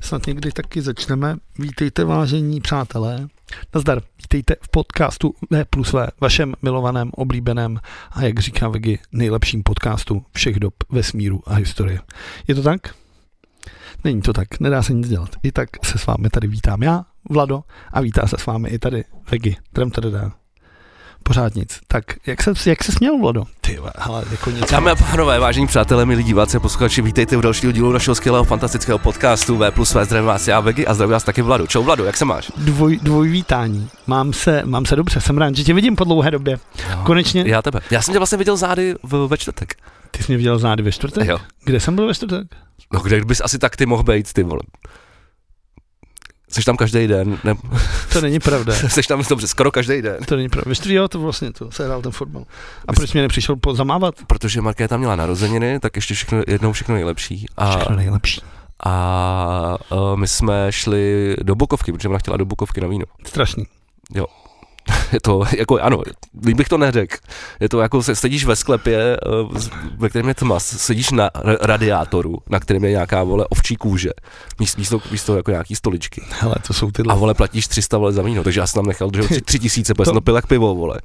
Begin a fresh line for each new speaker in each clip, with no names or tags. snad někdy taky začneme. Vítejte vážení přátelé. Nazdar, vítejte v podcastu V plus V, vašem milovaném, oblíbeném a jak říká Vegi, nejlepším podcastu všech dob vesmíru a historie. Je to tak? Není to tak, nedá se nic dělat. I tak se s vámi tady vítám já, Vlado, a vítá se s vámi i tady Vegi. Trem tadadá. Pořád nic. Tak jak se, jak se směl, Vlado? Ty, vole, hele, jako nic.
Dámy a pánové, vážení přátelé, milí diváci a posluchači, vítejte u dalšího dílu našeho skvělého fantastického podcastu V plus V. Zdravím vás já, Vegy, a zdravím vás taky Vladu. Čau Vladu, jak se máš?
Dvoj, dvojvítání. Mám se, mám se dobře, jsem rád, že tě vidím po dlouhé době. Konečně,
Já tebe. Já jsem tě vlastně viděl zády v, ve čtvrtek.
ty jsi mě viděl zády ve čtvrtek?
Jo.
Kde jsem byl ve čtvrtek?
No kde bys asi tak ty mohl být, ty vole? Jsi tam každý den, ne,
To není pravda.
jsi tam dobře, skoro každý den.
To není pravda. Ve čtvrtek, jo, to vlastně to, se hrál ten fotbal. A
Vy
proč mě nepřišel po, zamávat?
Protože Markéta měla narozeniny, tak ještě všechno, jednou všechno nejlepší. A,
Všechno nejlepší.
a uh, my jsme šli do Bukovky, protože ona chtěla do Bukovky na víno.
Strašný.
Je to, jako ano, líp bych to neřekl. Je to jako, se- sedíš ve sklepě, eh, z- ve kterém je tma, s- sedíš na ra- radiátoru, na kterém je nějaká, vole, ovčí kůže, místo, místo, místo jako nějaký stoličky.
Hele, to jsou tyhle.
A vole, platíš 300 vole za víno, takže já jsem tam nechal, že jo, tři, tři tisíce, protože
To-
jsem to pil jak pivo, vole.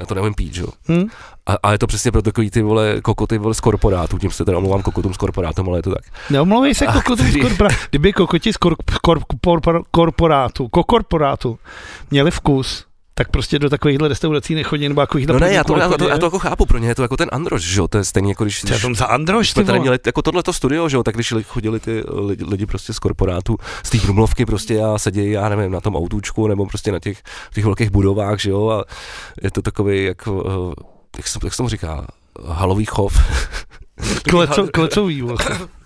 Já to neumím pít, že jo.
Hm?
A, a, je to přesně pro takový ty vole kokoty vole z korporátů, tím se teda omlouvám kokotům z korporátům, ale je to tak.
Neomlouvej se
A
kokotům z
který-
korporátu. Kdyby kokoti z kor, kor, kor, korporátu, kokorporátu měli vkus, tak prostě do takovýchhle restaurací nechodí, nebo jako takovýchhle
No ne, já to,
podniků
já, to,
nechodí,
já to
jo?
jako chápu, pro ně je to jako ten Androš, že jo, to je stejný jako když,
Co je
když
tam za Androš, ty
jsme tady
vole?
měli jako tohleto studio, že jo, tak když li- chodili ty lidi, lidi prostě z korporátu, z té průmluvky prostě a sedějí, já nevím, na tom autůčku nebo prostě na těch, v těch velkých budovách, že jo, a je to takový, jak, eh, jak se, jak se tomu říká, halový chov,
Kleco, klecový, vole.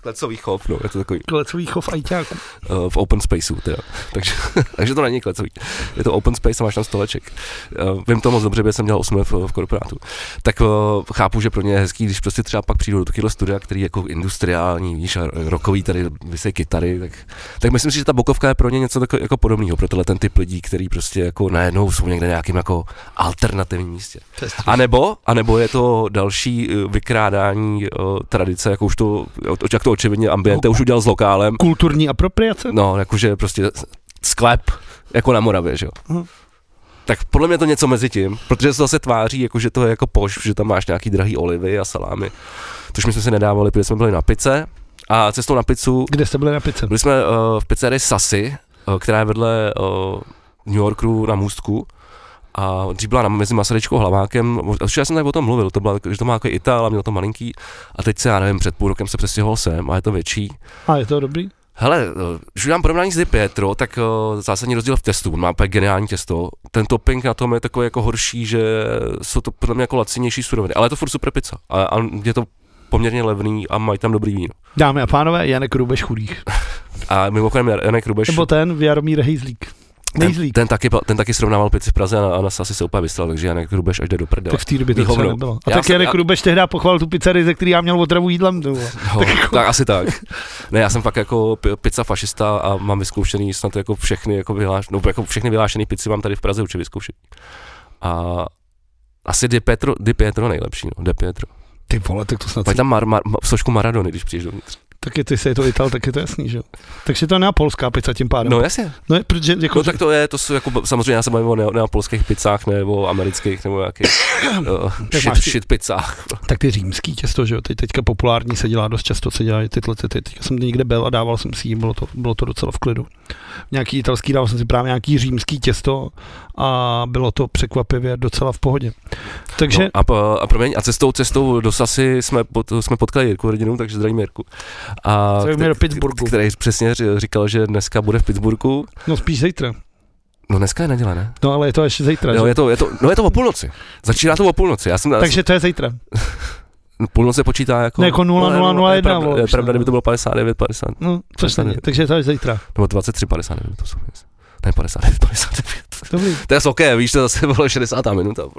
klecový chov, no, je to takový
klecový chov ajťáků.
eh, v open spaceu teda, takže, takže to není klecový, je to open space a máš tam stoleček. Eh, Vím to moc dobře, protože jsem dělal 8 v, v korporátu. Tak eh, chápu, že pro ně je hezký, když prostě třeba pak přijdu do takového studia, který je jako industriální, víš, a rokový tady vysej kytary, tak, tak myslím si, že ta bokovka je pro ně něco takového jako podobného, pro tenhle ten typ lidí, který prostě jako najednou jsou někde na nějakým jako alternativním místě. A nebo, a nebo je to další eh, vykrádání eh, tradice, jako už to, jak to očividně ambiente už udělal s lokálem,
Kulturní apropriace?
No, jakože prostě sklep, jako na Moravě, že jo.
Mhm.
Tak podle mě to něco mezi tím, protože se zase tváří, jako, že to je jako poš, že tam máš nějaký drahý olivy a salámy. Což my jsme si nedávali, protože jsme byli na pice a cestou na pizzu,
Kde jste byli na pice?
byli jsme uh, v pizzerii Sasy, uh, která je vedle uh, New Yorku na Můstku a dřív byla na, mezi Masarečkou a Hlavákem, mož- už já jsem tady o tom mluvil, to byla, že to má jako Ital a měl to malinký a teď se, já nevím, před půl rokem se přestěhoval sem a je to větší
A je to dobrý?
Hele, eh, když udělám porovnání s Di Pietro, tak eh, zásadní rozdíl v testu, on má úplně geniální těsto. Ten topping na tom je takový jako horší, že jsou to podle mě jako lacinější suroviny, ale je to furt super pizza. A, a je to poměrně levný a mají tam dobrý víno.
Dámy a pánové, Janek Rubeš chudých.
A mimochodem Jar- Janek Rubeš,
Nebo ten Jaromír Hejzlík.
ten,
Nejzlík.
ten, taky, pa- ten taky srovnával pici v Praze a, a na Sasi se úplně vyslal, takže Janek Rubeš až jde do prdele.
Tak v té době to
Výhovno.
třeba nebylo. A
Já
tak
jsem-
Janek
já-
Rubeš tehdy pochval tu pizzerii, ze který já měl otravu jídlem. ty vole.
No, tak asi tak. Ne, já jsem fakt jako pi- pizza fašista a mám vyzkoušený snad jako všechny, jako, vyhláš, no, jako všechny vyhlášený pici mám tady v Praze určitě vyzkoušet. A asi Di Pietro, Di Pietro nejlepší, no, Di Pietro.
Ty vole, tak to snad.
Mají tam mar, mar, mar, sošku Maradony, když přijdeš dovnitř.
Tak je, ty se je to Ital, tak je to jasný, že jo. Takže to je neapolská pizza tím pádem.
No jasně,
no je, protože jako,
no, tak to je, to jsou jako, samozřejmě já se bavím o ne- neapolských pizzách nebo amerických nebo nějakých uh,
Tak
shit,
máš ty-
shit pizzách.
tak ty římský těsto, že jo, teď, teďka populární se dělá, dost často se dělá tyhle, ty, teď jsem někde byl a dával jsem si jí, bylo to, bylo to docela v klidu. Nějaký italský, dával jsem si právě nějaký římský těsto a bylo to překvapivě docela v pohodě. Takže
No, a, po- a, promiň, a cestou, cestou do Sasy jsme, pot, jsme potkali Jirku rodinu, takže zdravím Jirku. A
Zdravíme
kte-
do Pittsburghu.
Který přesně ři- říkal, že dneska bude v Pittsburghu.
No spíš zítra.
No dneska je neděle, ne?
No ale je to až zítra.
Jo,
že?
je to, je to, no je to o půlnoci. Začíná to o půlnoci. Já jsem, já
Takže to je zítra.
jsem půlnoc se počítá jako...
No, jako 0001,
Je pravda,
vole,
je
už
pravda
ne.
kdyby to bylo 59, 50,
No, což
Přesně.
není. Takže je to až zítra.
nebo 23, 59, to jsou věc. Ne, 59, 59.
Dobrý.
To je OK, víš, to zase bylo 60. minuta. vole.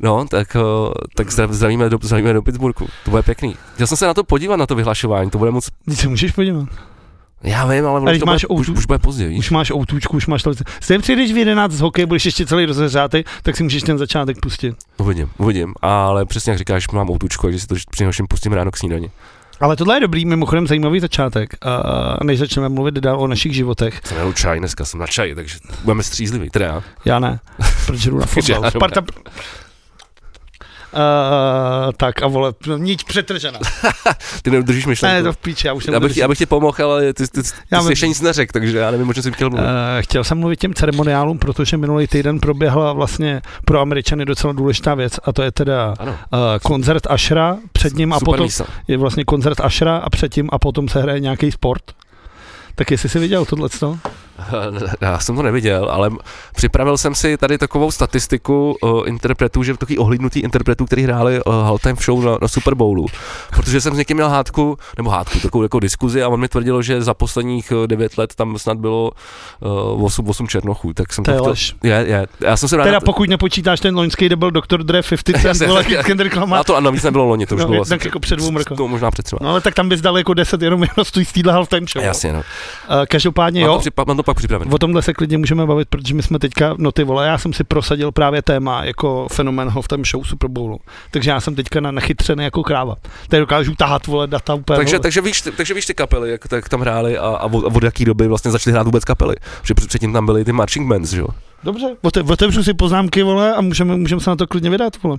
No, tak, eh, tak zdrav- zdravíme do, zdravíme do Pittsburghu, to bude pěkný. Chtěl jsem se na to podívat, na to vyhlašování, to bude moc
Když se můžeš podívat.
Já vím, ale
když
už, to
máš
máš bude, už,
outu-
už bude pozdě, víš?
Už máš outůčku, už máš to. Stejně přijdeš v 11 z hokeje, budeš ještě celý rozehřátý, tak si můžeš ten začátek pustit.
Uvidím, uvidím. Ale přesně jak říkáš, mám outučko, takže si to při nejhorším pustím ráno k snídani.
Ale tohle je dobrý, mimochodem zajímavý začátek, a než začneme mluvit dál o našich životech.
Jsem jenom čaj, dneska jsem na čaji, takže budeme střízliví, teda já.
Já ne, protože jdu na
Já
fotbal.
dobrá.
Sparta... Uh, tak a vole, nič přetržena.
Ty neudržíš myšlenku.
Ne, to v píči, já už jsem
já, bych, ti- já bych tě pomohl, ale ty, ty, ty,
Já
ty jsi
vím.
ještě nic neřekl, takže já nevím, o čem jsem chtěl mluvit.
Eh, Chtěl jsem mluvit těm ceremoniálům, protože minulý týden proběhla vlastně pro Američany docela důležitá věc a to je teda
ano.
eh, koncert Ashra před ním a
Super
potom
mísa.
je vlastně koncert Ashra a předtím a potom se hraje nějaký sport. Tak jestli jsi viděl tohleto?
Já jsem to neviděl, ale m- připravil jsem si tady takovou statistiku o interpretů, že takový ohlídnutí interpretů, který hráli o halftime show na, na Super Bowlu. Protože jsem s někým měl hádku, nebo hádku, takovou jako diskuzi a on mi tvrdil, že za posledních eh, devět let tam snad bylo uh, 8, 8 černochů, tak jsem
To je
chtěl-
lež.
je, je. Já jsem se rád...
Teda pokud nepočítáš ten loňský, kde byl Dr. Dre, 50
Jasně,
Cent, vole,
jasně.
Kendrick
a
Lamar.
to a navíc nebylo loni, to už
No,
bylo
je-
asi
tak jako před dvou mrkou.
To možná před třeba.
No ale tak tam bys dal jako 10 jenom jenom z Steal Halftime Show.
Jasně, no.
Eh, Každopádně
Mám to,
jo,
připa- mám to pak připravené.
O tomhle se klidně můžeme bavit, protože my jsme teďka, no ty vole, já jsem si prosadil právě téma jako fenomen ho v tom show Super Bowlu. Takže já jsem teďka na nachytřený jako kráva. Tady dokážu tahat vole data úplně.
Takže,
vole.
takže, víš, ty- takže víš ty kapely, jak, tak tam hráli a, a, od, a od jaký doby vlastně začaly hrát vůbec kapely. Že před- předtím tam byly ty marching bands, že jo?
Dobře, ote, otevřu si poznámky vole a můžeme, můžeme se na to klidně vydat vole.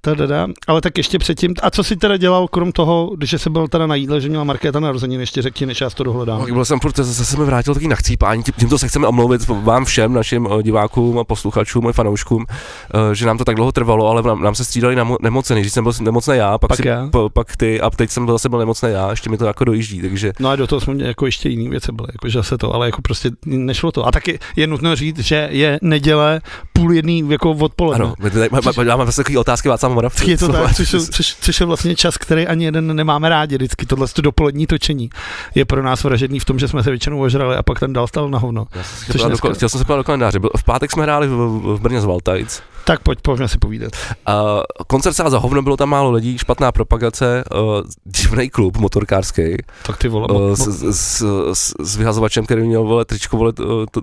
Tadada. Ale tak ještě předtím, a co si teda dělal krom toho, když jsi byl teda na jídle, že měla Markéta narozeniny, ještě řekni, než já si to dohledám.
No, byl jsem, protože zase se mi vrátil takový nachcípání, Tím- tímto se chceme omluvit vám všem, našim eh, divákům a posluchačům a fanouškům, eh, že nám to tak dlouho trvalo, ale nám, nám se střídali namo- nemocení, když jsem byl nemocný já, pak,
Pak
si,
já.
Po, pak ty a teď jsem byl zase byl nemocný já, ještě mi to jako dojíždí, takže
No a do toho jsme měli jako ještě jiný věci byly, jako že se to, ale jako prostě nešlo to. A taky je nutno říct, že je neděle půl jedný jako odpoledne.
ano, my tady- má- má- máme vlastně takové otázky Václav Moravce.
Je to tak, což, je- což, což je vlastně čas, který ani jeden nemáme rádi. Vždycky tohle to dopolední točení je pro nás vražedný v tom, že jsme se většinou ožrali a pak ten dal stal na hovno. což dneska-
Chtěl jsem se podívat do kalendáře. Byl- V pátek jsme hráli v, v- v Brně z Valtajc.
Tak pojď, pojďme si povídat.
A koncert sál za hovno, bylo tam málo lidí, špatná propagace, uh, divný klub motorkářský
Tak ty vole,
uh,
mo- mo-
s, s, s, s, vyhazovačem, který měl vole, tričko vole,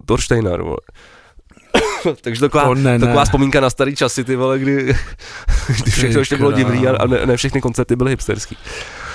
Dorštejnar. Vole. Takže taková,
to ne,
taková
ne.
vzpomínka na starý časy, ty vole, kdy, kdy všechno ještě bylo divný a, a ne, ne, všechny koncerty byly hipsterský.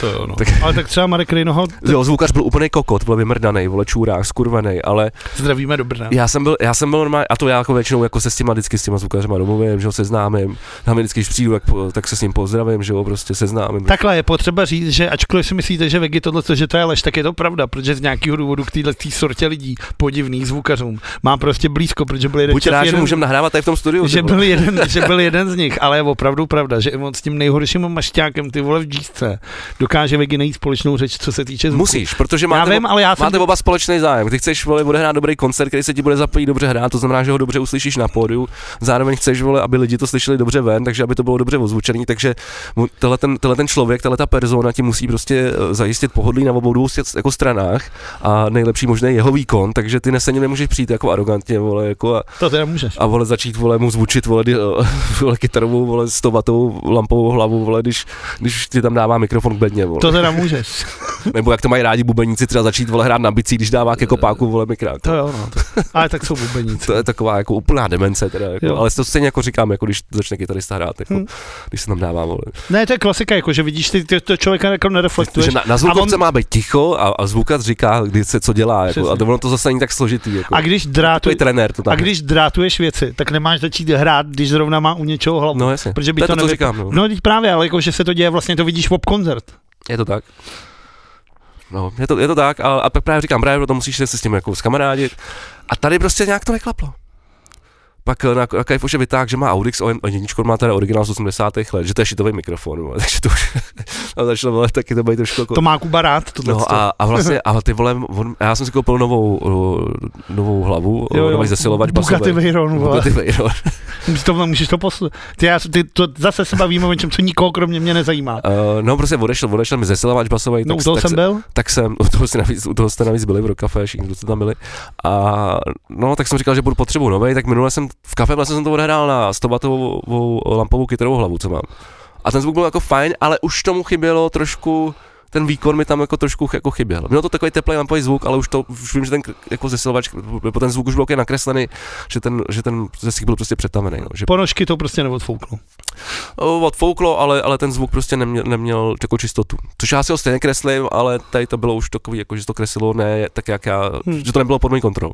To jo, no.
tak-
Ale tak třeba Marek Rejnoho
Jo, zvukař byl úplný kokot, byl vymrdaný, vole, čůrák, skurvený, ale
zdravíme do Brna.
já jsem byl, já jsem byl normálně, a to já jako většinou jako se s těma vždycky s těma zvukařema domluvím, že ho seznámím, na mě vždycky, když přijdu, tak, po- tak se s ním pozdravím, že ho prostě seznámím.
Takhle je potřeba říct, že ačkoliv si myslíte, že Vegi tohle, že to je lež, tak je to pravda, protože z nějakého důvodu k téhle tý sortě lidí, podivných zvukařům, má prostě blízko, protože byl jeden
Buď
čas
rád, že
jeden,
můžeme nahrávat tady v tom studiu.
že
ty vole.
byl, jeden, že byl jeden z nich, ale je opravdu pravda, že on s tím nejhorším mašťákem, ty vole v džízce, dokáže Vegi najít společnou řeč, co se týče zvuku.
Musíš, protože
já
máte,
vím, ale já jsem...
máte oba společný zájem. Ty chceš vole, bude hrát dobrý koncert, který se ti bude zapojit dobře hrát, to znamená, že ho dobře uslyšíš na pódiu. Zároveň chceš, vole, aby lidi to slyšeli dobře ven, takže aby to bylo dobře ozvučený. Takže mu- tenhle ten, tenhle ten člověk, tahle ta persona ti musí prostě eh, zajistit pohodlí na obou dvou stěc- jako stranách a nejlepší možný jeho výkon, takže ty neseně nemůžeš přijít jako arrogantně, vole, jako a,
To teda můžeš.
a vole začít vole mu zvučit vole, di- vole kytarovou vole 100 watovou lampovou hlavu vole, když, když ti tam dává mikrofon k bedně vole.
To teda můžeš.
Nebo jak to mají rádi bubeníci, třeba začít vole hrát na bicí, když dává ke kopáku vole mikrák.
To jo, no. Ale tak jsou bubeníci.
To je taková jako úplná demence teda,
Jo.
jako, ale to stejně jako říkám, jako když začne kytarista hrát, jako,
Hm.
když se tam dává vole.
Ne, to je klasika, jako, že vidíš, ty, ty to člověka jako nereflektuješ.
Že na, na zvukovce
on-
má být ticho a, a zvukař říká, kdy se co dělá, jako, a
Přesně.
to ono to zase není tak složitý. Jako.
A když
Takový
drátuješ,
trenér to tam.
A když drátuješ věci, tak nemáš začít hrát, když zrovna má u něčeho hlavu. No,
No jasně,
protože by
to, je
to
to, to
nevyp-
říkám, no.
no teď právě, ale jako, že se to děje, vlastně to vidíš v koncert.
Je to tak. No, je to, je to tak, a, a tak právě říkám, právě proto musíš se s tím jako skamarádit. A tady prostě nějak to neklaplo. Pak eh, na, na Kajfoše vytáhl, že má Audix o jedničku, má teda originál z 80. let, že to je šitový mikrofon, vole, takže to už a začalo vole, taky to být trošku jako...
To má Kuba rád, tohle.
No a, a vlastně, a ty vole, on, já jsem si koupil novou, eh, novou hlavu, jo, nový zesilovač
Bugatti
basový.
Veyron, vole.
Bugatti Veyron.
To můžeš to poslat. Ty, já, ty, to zase se bavíme o něčem, co nikoho kromě mě nezajímá.
Eh, No prostě odešel, odešel mi zesilovač basový.
No,
tak,
u toho
tak,
jsem byl.
tak jsem, u toho, jste navíc, u toho jste navíc byli v Rokafe, všichni, kdo jste tam byli. A no, tak jsem říkal, že budu potřebu novej, tak minule jsem v kafe vlastně jsem to odehrál na 100 lampovou kytarovou hlavu, co mám. A ten zvuk byl jako fajn, ale už tomu chybělo trošku ten výkon mi tam jako trošku ch- jako chyběl. Mělo to takový teplý lampový zvuk, ale už to už vím, že ten k- jako zesilovač, nebo ten zvuk už byl ok nakreslený, že ten, že ten zesík byl prostě přetavený. No, že
Ponožky to prostě neodfouknu.
O, Oh, odfouklo, ale, ale ten zvuk prostě neměl, neměl takovou čistotu. Což já si ho stejně kreslím, ale tady to bylo už takový, jako, že to kreslilo ne tak, jak já,
Hmm.
hmm. že to nebylo pod mojí kontrolou.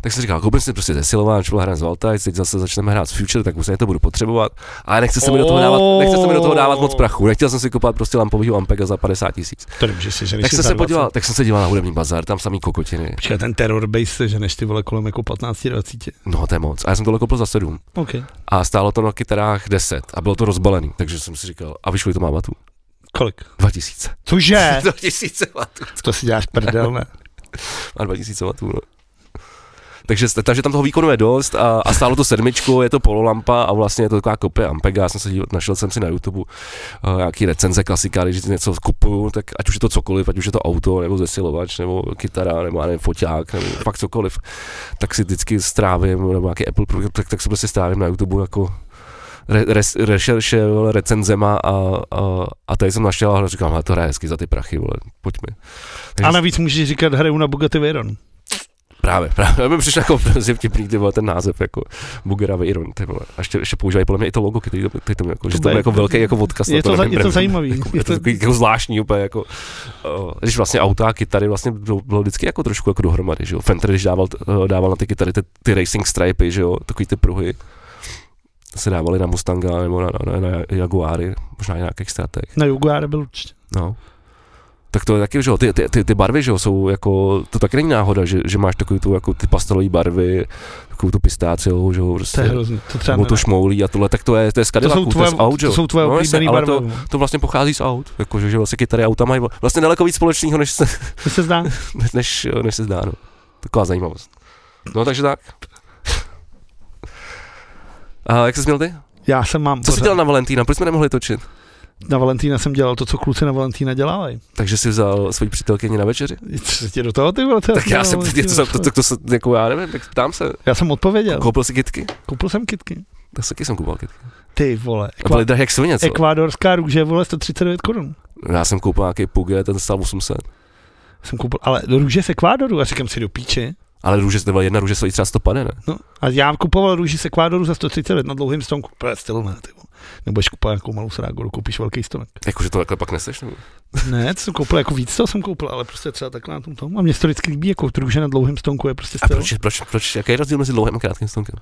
Tak jsem říkal, koupím si prostě zesilováč, budu hrát z Valtajc, teď zase začneme hrát s Future, tak musím to budu potřebovat. Ale nechce se mi do toho dávat, nechce se mi do toho dávat moc prachu. Nechtěl jsem si kupovat prostě lampovýho Ampega za 50 tisíc.
To je dobře, že vlastně- si ženeš
Tak
si
jsem
za
se
20.
podíval, tak jsem se díval na hudební bazar, tam samý kokotiny.
Počkej, ten terror base se ženeš ty vole kolem jako 15, 20.
No to je moc. A já jsem tohle koupil za 7.
OK.
A stálo to na kytarách 10 a bylo to rozbalený, takže jsem si říkal, a víš, kolik to má vatů?
Kolik?
2000.
Cože?
2000 vatů.
to si děláš prdel, ne?
Má 2000 vatů, no. Takže, takže tam toho výkonu je dost a, a stálo to sedmičku, je to pololampa a vlastně je to taková kopie Ampega. Já jsem se díval, našel jsem si na YouTube uh, nějaký recenze klasika, když něco kupuju, tak ať už je to cokoliv, ať už je to auto, nebo zesilovač, nebo kytara, nebo já nevím, foťák, nebo fakt cokoliv, tak si vždycky strávím, nebo nějaký Apple, produkt, tak, tak si prostě strávím na YouTube jako re, res, rešerše, vole, recenzema a, a, a, tady jsem našel a říkám, hele, to hraje hezky za ty prachy, vole, pojďme. Takže
A navíc můžeš říkat hraju na Bugatti Veyron.
Právě, právě. Aby přišel jako hrozně vtipný, ty vole, ten název, jako Bugera Veyron, ty vole. A ještě, ještě používají podle mě i to logo, který to, který to jako, že to
bude-
je jako velký jako odkaz. na
Je to, za,
nevím,
je to
nevím.
zajímavý.
Je to takový jako zvláštní úplně, jako, o, když vlastně auta a kytary vlastně bylo bylo vždycky jako trošku jako dohromady, že jo. Fender, když dával, t- eh, dával na ty kytary ty, ty racing stripy, že jo, takový ty pruhy, se dávaly na Mustanga nebo na, na, na, na Jaguáry, možná i na nějakých stratech.
Na Jaguar byl určitě.
No. Tak to je taky, že jo, ty, ty, ty, ty barvy, že jo, jsou jako, to taky není náhoda, že, že máš takový tu, jako ty pastelové barvy, takovou tu pistáciovou, že jo,
To je
prostě,
hrozný. To třeba
nebo
ne.
to šmoulí a tohle, tak to je, to je z
To jsou
Cadillacu, to,
tvoje,
je z aut, že
to
jo.
jsou tvoje
No, jasně,
oblíbený
ale
barvy.
To vlastně pochází z aut, jakože, že vlastně kytary a auta mají vlastně daleko víc společného, než se,
To se zdá.
než, než se zdá, no. Taková zajímavost. No, takže tak. A jak jsi měl ty?
Já jsem mám.
Co jsi
pořád-
dělal na Valentína? Proč jsme nemohli točit?
Na Valentína jsem dělal to, co kluci na Valentína dělávají.
Takže jsi vzal svoji přítelkyni na večeři?
Co se tě do toho ty vole? to
Tak já
dělal
jsem,
Valentína,
to, to,
co?
to, to, to, jako já nevím, tak ptám se.
Já jsem odpověděl.
Koupil jsi kytky?
Koupil jsem kitky.
Tak taky jsem kupoval kytky.
Ty vole.
A
Ekva-
byly drahé jak svině, co?
Ekvádorská růže, vole, 139 korun.
Já jsem koupil nějaký Puget, ten stál 800.
Jsem koupil, ale růže z Ekvádoru, a říkám si do píči.
Ale růže, to byla jedna růže, stojí třeba 150, ne?
No, a já kupoval růži z Ekvádoru za 139 na dlouhém stonku. To je styl, ne, ty vole. Nebudeš kupovat nějakou malou srágoru, koupíš velký stonek.
Jakože to takhle pak neseš, nebo?
Ne, to jsem koupil, jako víc toho jsem koupil, ale prostě třeba takhle na tom tom. A mě se to vždycky líbí, jako růže na dlouhém stonku je prostě
A
styl.
proč, proč, proč, jaký je rozdíl mezi dlouhým a krátkým stonkem?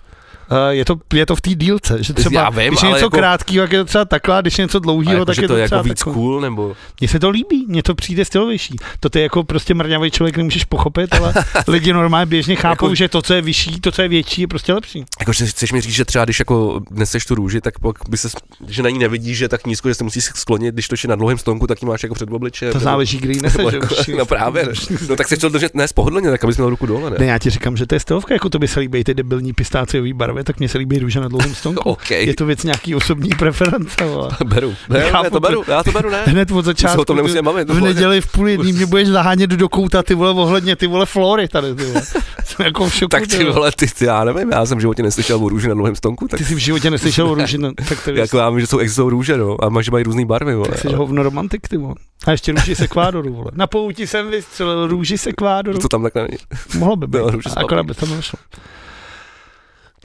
Uh, je, to, je to v té dílce, že třeba,
Já vím,
když je
ale
něco
jako-
krátkého, tak je to třeba takhle, a když je něco
A
dlouhého,
jako,
tak
že
je
to
to,
je
třeba
jako víc
takhle.
cool, nebo?
Mně se to líbí, mně to přijde stylovější. To ty jako prostě mrňavý člověk nemůžeš pochopit, ale lidi normálně běžně chápou,
Jako-
že to, co je vyšší, to, co je větší, je prostě lepší.
Jako, že chceš mi říct, že třeba když jako neseš tu růži, tak pak by se, že na ní nevidíš, že je tak nízko, že se musíš sklonit, když to je na dlouhém stonku, tak ji máš jako před obličem.
To
nebo-
záleží, kdy ji neseš.
nebo
že
jako,
už-
no právě, ne. no tak chceš to držet ne spohodlně, tak abys měl ruku dole, ne?
Ne, já ti říkám, že to je stylovka, jako to by se líbí ty debilní pistáciový barvy, tak mně se líbí růže na dlouhém stonku.
OK,
Je to věc nějaký osobní preference. vole.
beru, ne,
Chápu
ne, to
to.
beru, já to beru, ne.
Hned od
My se o
začátku.
tom
ty-
nemusíme bavit.
v neděli v půl jedný mě budeš zahánět do kouta, ty vole, ohledně ty vole flory tady, ty vole. Jsem jako v šoku,
Tak ty vole, ty, ty, já nevím, já jsem v životě neslyšel o růži na dlouhém stonku, tak
Ty jsi v životě neslyšel o růži, no, tak to je
jako já vím, že jsou existují růže, no, a má, že mají různé barvy, vole.
Tak jsi
ale
hovno romantik, ty vole. A ještě růži z Ekvádoru, vole. Na pouti jsem vystřelil růži z Ekvádoru.
To tam takhle není.
Mohlo by být,
No, růže z
akorát by to nešlo.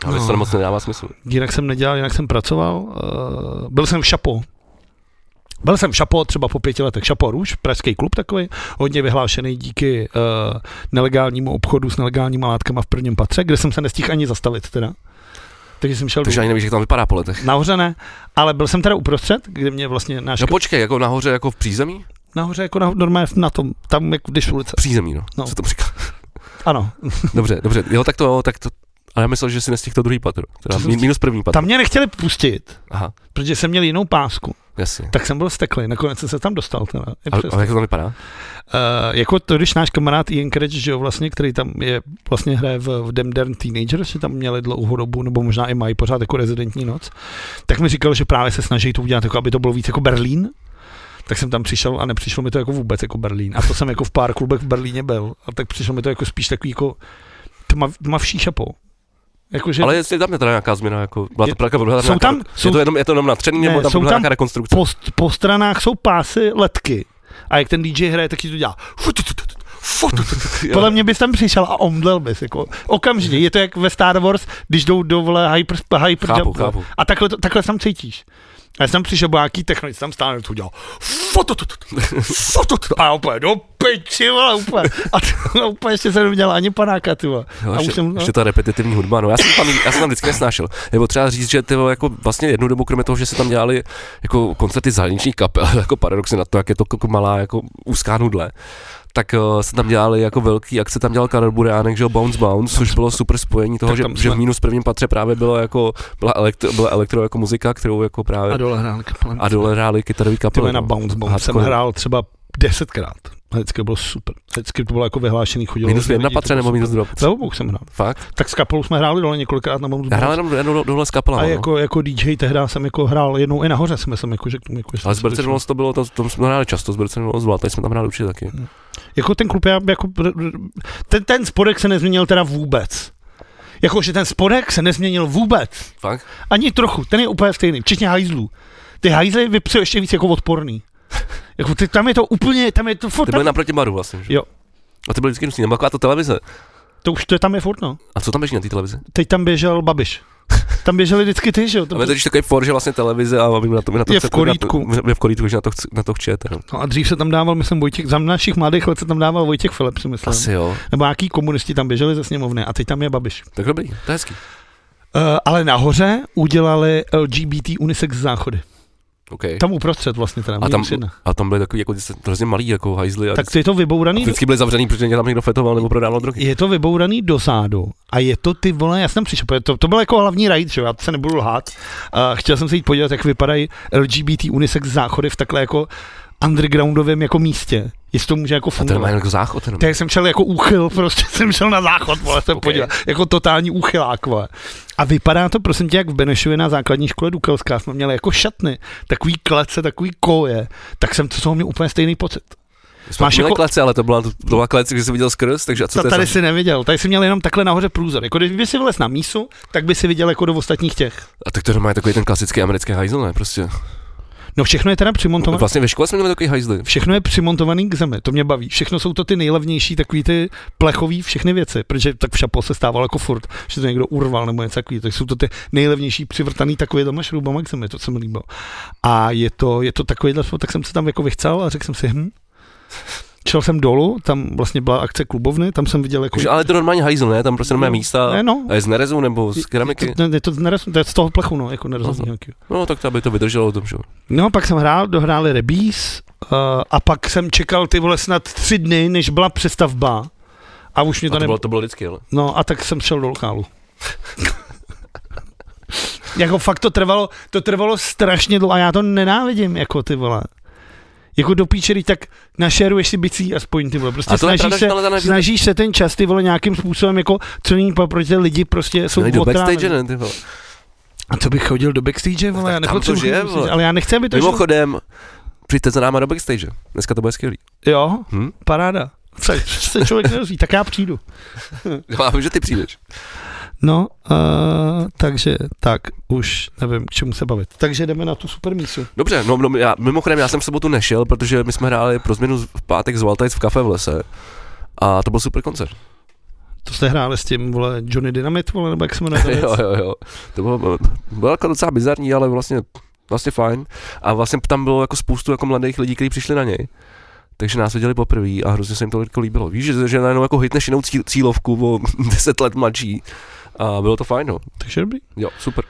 Ale
No.
to moc nedává smysl.
Jinak jsem nedělal, jinak jsem pracoval. Uh, byl jsem v Šapo. Byl jsem v Šapo třeba po pěti letech. Šapo Růž, pražský klub takový, hodně vyhlášený díky uh, nelegálnímu obchodu s nelegálníma látkama v prvním patře, kde jsem se nestihl ani zastavit teda. Takže jsem šel
Takže
dolů.
ani nevíš, jak tam vypadá po letech.
nahoře ne, ale byl jsem teda uprostřed, kde mě vlastně náš...
No počkej, jako nahoře, jako v přízemí?
nahoře jako na, normálně na tom, tam jak když ulice.
Přízemí, no.
No.
no. Co tam říká?
Ano,
Dobře, dobře, jo, tak to, jo, tak to. Ale já myslel, že si nestihl to druhý patro. Teda
Co jsem
mi-
si-
minus první patro.
tam mě nechtěli pustit,
Aha,
protože jsem měl jinou pásku,
jasně.
tak jsem byl steklý, nakonec jsem se tam dostal teda. I
Ale,
přes-
ale jak to tam vypadá?
Eh, jako to, když náš kamarád Ian Cratch, že jo, vlastně, který tam je, vlastně hraje v, v Dem Dern Teenager, že tam měli dlouhou dobu, nebo možná i mají pořád jako rezidentní noc, tak mi říkal, že právě se snaží to udělat, jako aby to bylo víc jako Berlín, tak jsem tam přišel a nepřišlo mi to jako vůbec jako Berlín. A to jsem jako v pár klubech v Berlíně byl. A tak přišlo mi to jako spíš takový jako tmav, tmavší šapou. Jakože
Ale jestli tam je teda nějaká změna, jako byla
Je-
to právě byla
jsou tam,
je
jsou
to jenom, je to jenom natřený,
Ne,
nebo tam
jsou
byla
tam
nějaká rekonstrukce?
po, po stranách jsou pásy letky, A jak ten DJ hraje, tak ti to dělá. Podle mě bys tam přišel a omdlel bys. Jako, okamžitě. Je to jak ve Star Wars, když jdou do vole hyper, hyper
Chápu,
jump, vole.
chápu.
A takhle, to, takhle tam cítíš. A já jsem přišel, byl nějaký technic, tam stále to udělal. Fototut, fototut. A já úplně, do piči, vole, úplně. A, t- a úplně ještě jsem neměl ani panáka, ty vole.
Jo,
a už
ještě,
jsem, no.
ještě ta repetitivní hudba, no já jsem tam, já jsem tam vždycky nesnášel. Nebo třeba říct, že tyvo, jako vlastně jednu dobu, kromě toho, že se tam dělali jako koncerty zahraničních kapel, jako paradoxy na to, jak je to jako malá jako úzká nudle, tak uh, se tam dělali jako velký, jak se tam dělal Karel Buránek, že jo, Bounce Bounce, což bylo super spojení toho,
Tak
že,
tam
že, v
jsme-
minus prvním patře právě bylo jako, byla, elektro, byla elektro jako muzika, kterou jako právě
a dole hrál kaplan.
a dole hráli kytarový
Ty
kapely.
vole, na
no.
Bounce Bounce jsem
Hardcore.
hrál třeba desetkrát. A vždycky bylo super. Vždycky to bylo jako vyhlášený chodilo.
Minus
hodně
jedna
lidí, to
patře
bylo
nebo
super.
minus dva
Za
patře.
obou jsem hrál.
Fakt?
Tak s kapelou jsme hráli dole několikrát na Bounce
Já hrál
Bounce.
jenom jednou dole s kapelama.
A
no.
jako, jako DJ tehdy jsem jako hrál jednou i nahoře, jsme jsem jako, že k tomu jako, že
Ale s
jsem
Bercem
začal.
Rolls to bylo, to, to jsme hráli často, s Bercem Rolls byla, tady jsme tam hráli určitě taky.
Jako ten klub, já, jako, ten, ten spodek se nezměnil teda vůbec. Jakože ten spodek se nezměnil vůbec.
Fakt?
Ani trochu, ten je úplně stejný, včetně hajzlů. Ty hajzly vypřou ještě víc jako odporný. Jako ty, tam je to úplně, tam je to furt,
Ty byly naproti baru vlastně, že?
No Jo.
A ty byly vždycky hnusný, nebo taková ta televize.
to už to je- tam je furt, no.
A co tam běží na té televizi?
Teď tam běžel Babiš. Tam běželi vždycky ty, že jo? To
Tam je totiž takový for, že vlastně televize a vy na to, vy na to
Je v
chcete-
korítku.
Na to, je v korítku, že na to, chc- na to chcete. No.
No a dřív se tam dával, myslím, Vojtěch, za našich mladých let se tam dával Vojtěch Filip, si myslím.
Asi jo.
Nebo nějaký komunisti tam běželi ze sněmovny a teď tam je Babiš.
Tak dobrý, to je hezký.
Uh, ale nahoře udělali LGBT unisex záchody.
Okay.
Tam uprostřed vlastně teda.
a, tam,
minus jedna.
a tam byly takový jako dis- hrozně malý, jako hajzly. A
Tak
dis-
je to
a
vybouraný,
vždycky byly zavřený, protože mě tam někdo fetoval nebo prodával drogy.
je to vybouraný do zádu a je to ty vole, já jsem přišel, protože to, to byl jako hlavní raid, že jo, já se nebudu lhát. Uh, chtěl jsem se jít podívat, jak vypadají LGBT unisex záchody v takhle jako undergroundovém jako místě. Jestli to může jako
A ten má
fungovat.
jako záchod. Ten.
Tak jsem šel jako úchyl, prostě jsem šel na záchod, vole, jsem
Ok.
podívat, jako totální úchylák, vole. A vypadá to, prosím tě, jak v Benešově na základní škole Dukelská jsme měli jako šatny, takový klece, takový koje, tak jsem to z toho měl úplně stejný pocit.
Jsme
máš
měli
jako-
klece, ale to byla, to byla klece, kde jsem viděl skrz, takže a co
Co
to je
tady
za-
si neviděl, tady si měl jenom takhle nahoře průzor. Jako kdyby si vylez na mísu, tak by si viděl jako do ostatních těch.
A tak to má takový ten klasický americký hajzl, ne? Prostě.
No všechno je teda přimontované.
Vlastně ve škole jsme měli takový hajzly.
Všechno je přimontovaný k zemi, to mě baví. Všechno jsou to ty nejlevnější, takový ty plechový všechny věci, protože tak v šapo se stávalo jako furt, že to někdo urval nebo něco takový, tak jsou to ty nejlevnější přivrtaný takový doma šroubama k zemi, to se mi líbilo. A je to, je to takovýhle, sport, tak jsem se tam jako vychcel a řekl jsem si, hm, Šel jsem dolů, tam vlastně byla akce klubovny, tam jsem viděl jako...
Takže, ale je to normálně hajzl, ne? Tam prostě normální místa.
ne, no,
A je z nerezu nebo z keramiky?
to, ne, to, z neroz- to je z toho plechu, no, jako nerozhodně.
No,
nějaký.
No, tak to aby to vydrželo tom, že? jo.
No, pak jsem hrál, dohráli Rebís uh, a pak jsem čekal ty vole snad tři dny, než byla přestavba. A už mě
A
to,
to
nebylo.
bylo, to bylo vždycky, ale.
No a tak jsem šel do lokálu. jako fakt to trvalo, to trvalo strašně dlouho a já to nenávidím, jako ty vole. Jako do píče, když tak našeruješ si bicí aspoň ty vole. Prostě
A to je
snažíš,
pravda,
se,
že tohle ta naši-
snažíš se ten čas ty vole nějakým způsobem jako co není pro ty lidi prostě jsou
Měli do
otrávení.
backstage, ne? Ty vole.
A co bych chodil do backstage, vole,
tak
já
tam to
nepotřebuji,
žije,
chodit do
vole.
backstage, ale já nechci, aby to šlo.
Mimochodem, přijďte za náma do backstage. Dneska to bude skvělý.
Jo,
Hm?
paráda. Co se člověk nedozví, tak já přijdu.
Já vím, že ty přijdeš.
No, uh, takže tak, už nevím, k čemu se bavit. Takže jdeme na tu super mísu.
Dobře, no, no já, mimochodem, já jsem v sobotu nešel, protože my jsme hráli pro změnu v pátek z Valtajc v kafe v lese. A to byl super koncert.
To jste hráli s tím, vole, Johnny Dynamite, vole, nebo jak se jmenuje ta věc?
jo, jo, jo. To bylo, bylo jako docela bizarní, ale vlastně, vlastně fajn. A vlastně tam bylo jako spoustu jako mladých lidí, kteří přišli na něj. Takže nás viděli poprvé a hrozně se jim to jako líbilo. Víš, že, že najednou jako hitneš jinou cí, cílovku o 10 let mladší. A bylo to fajn, no.
Takže dobrý.
Jo, super.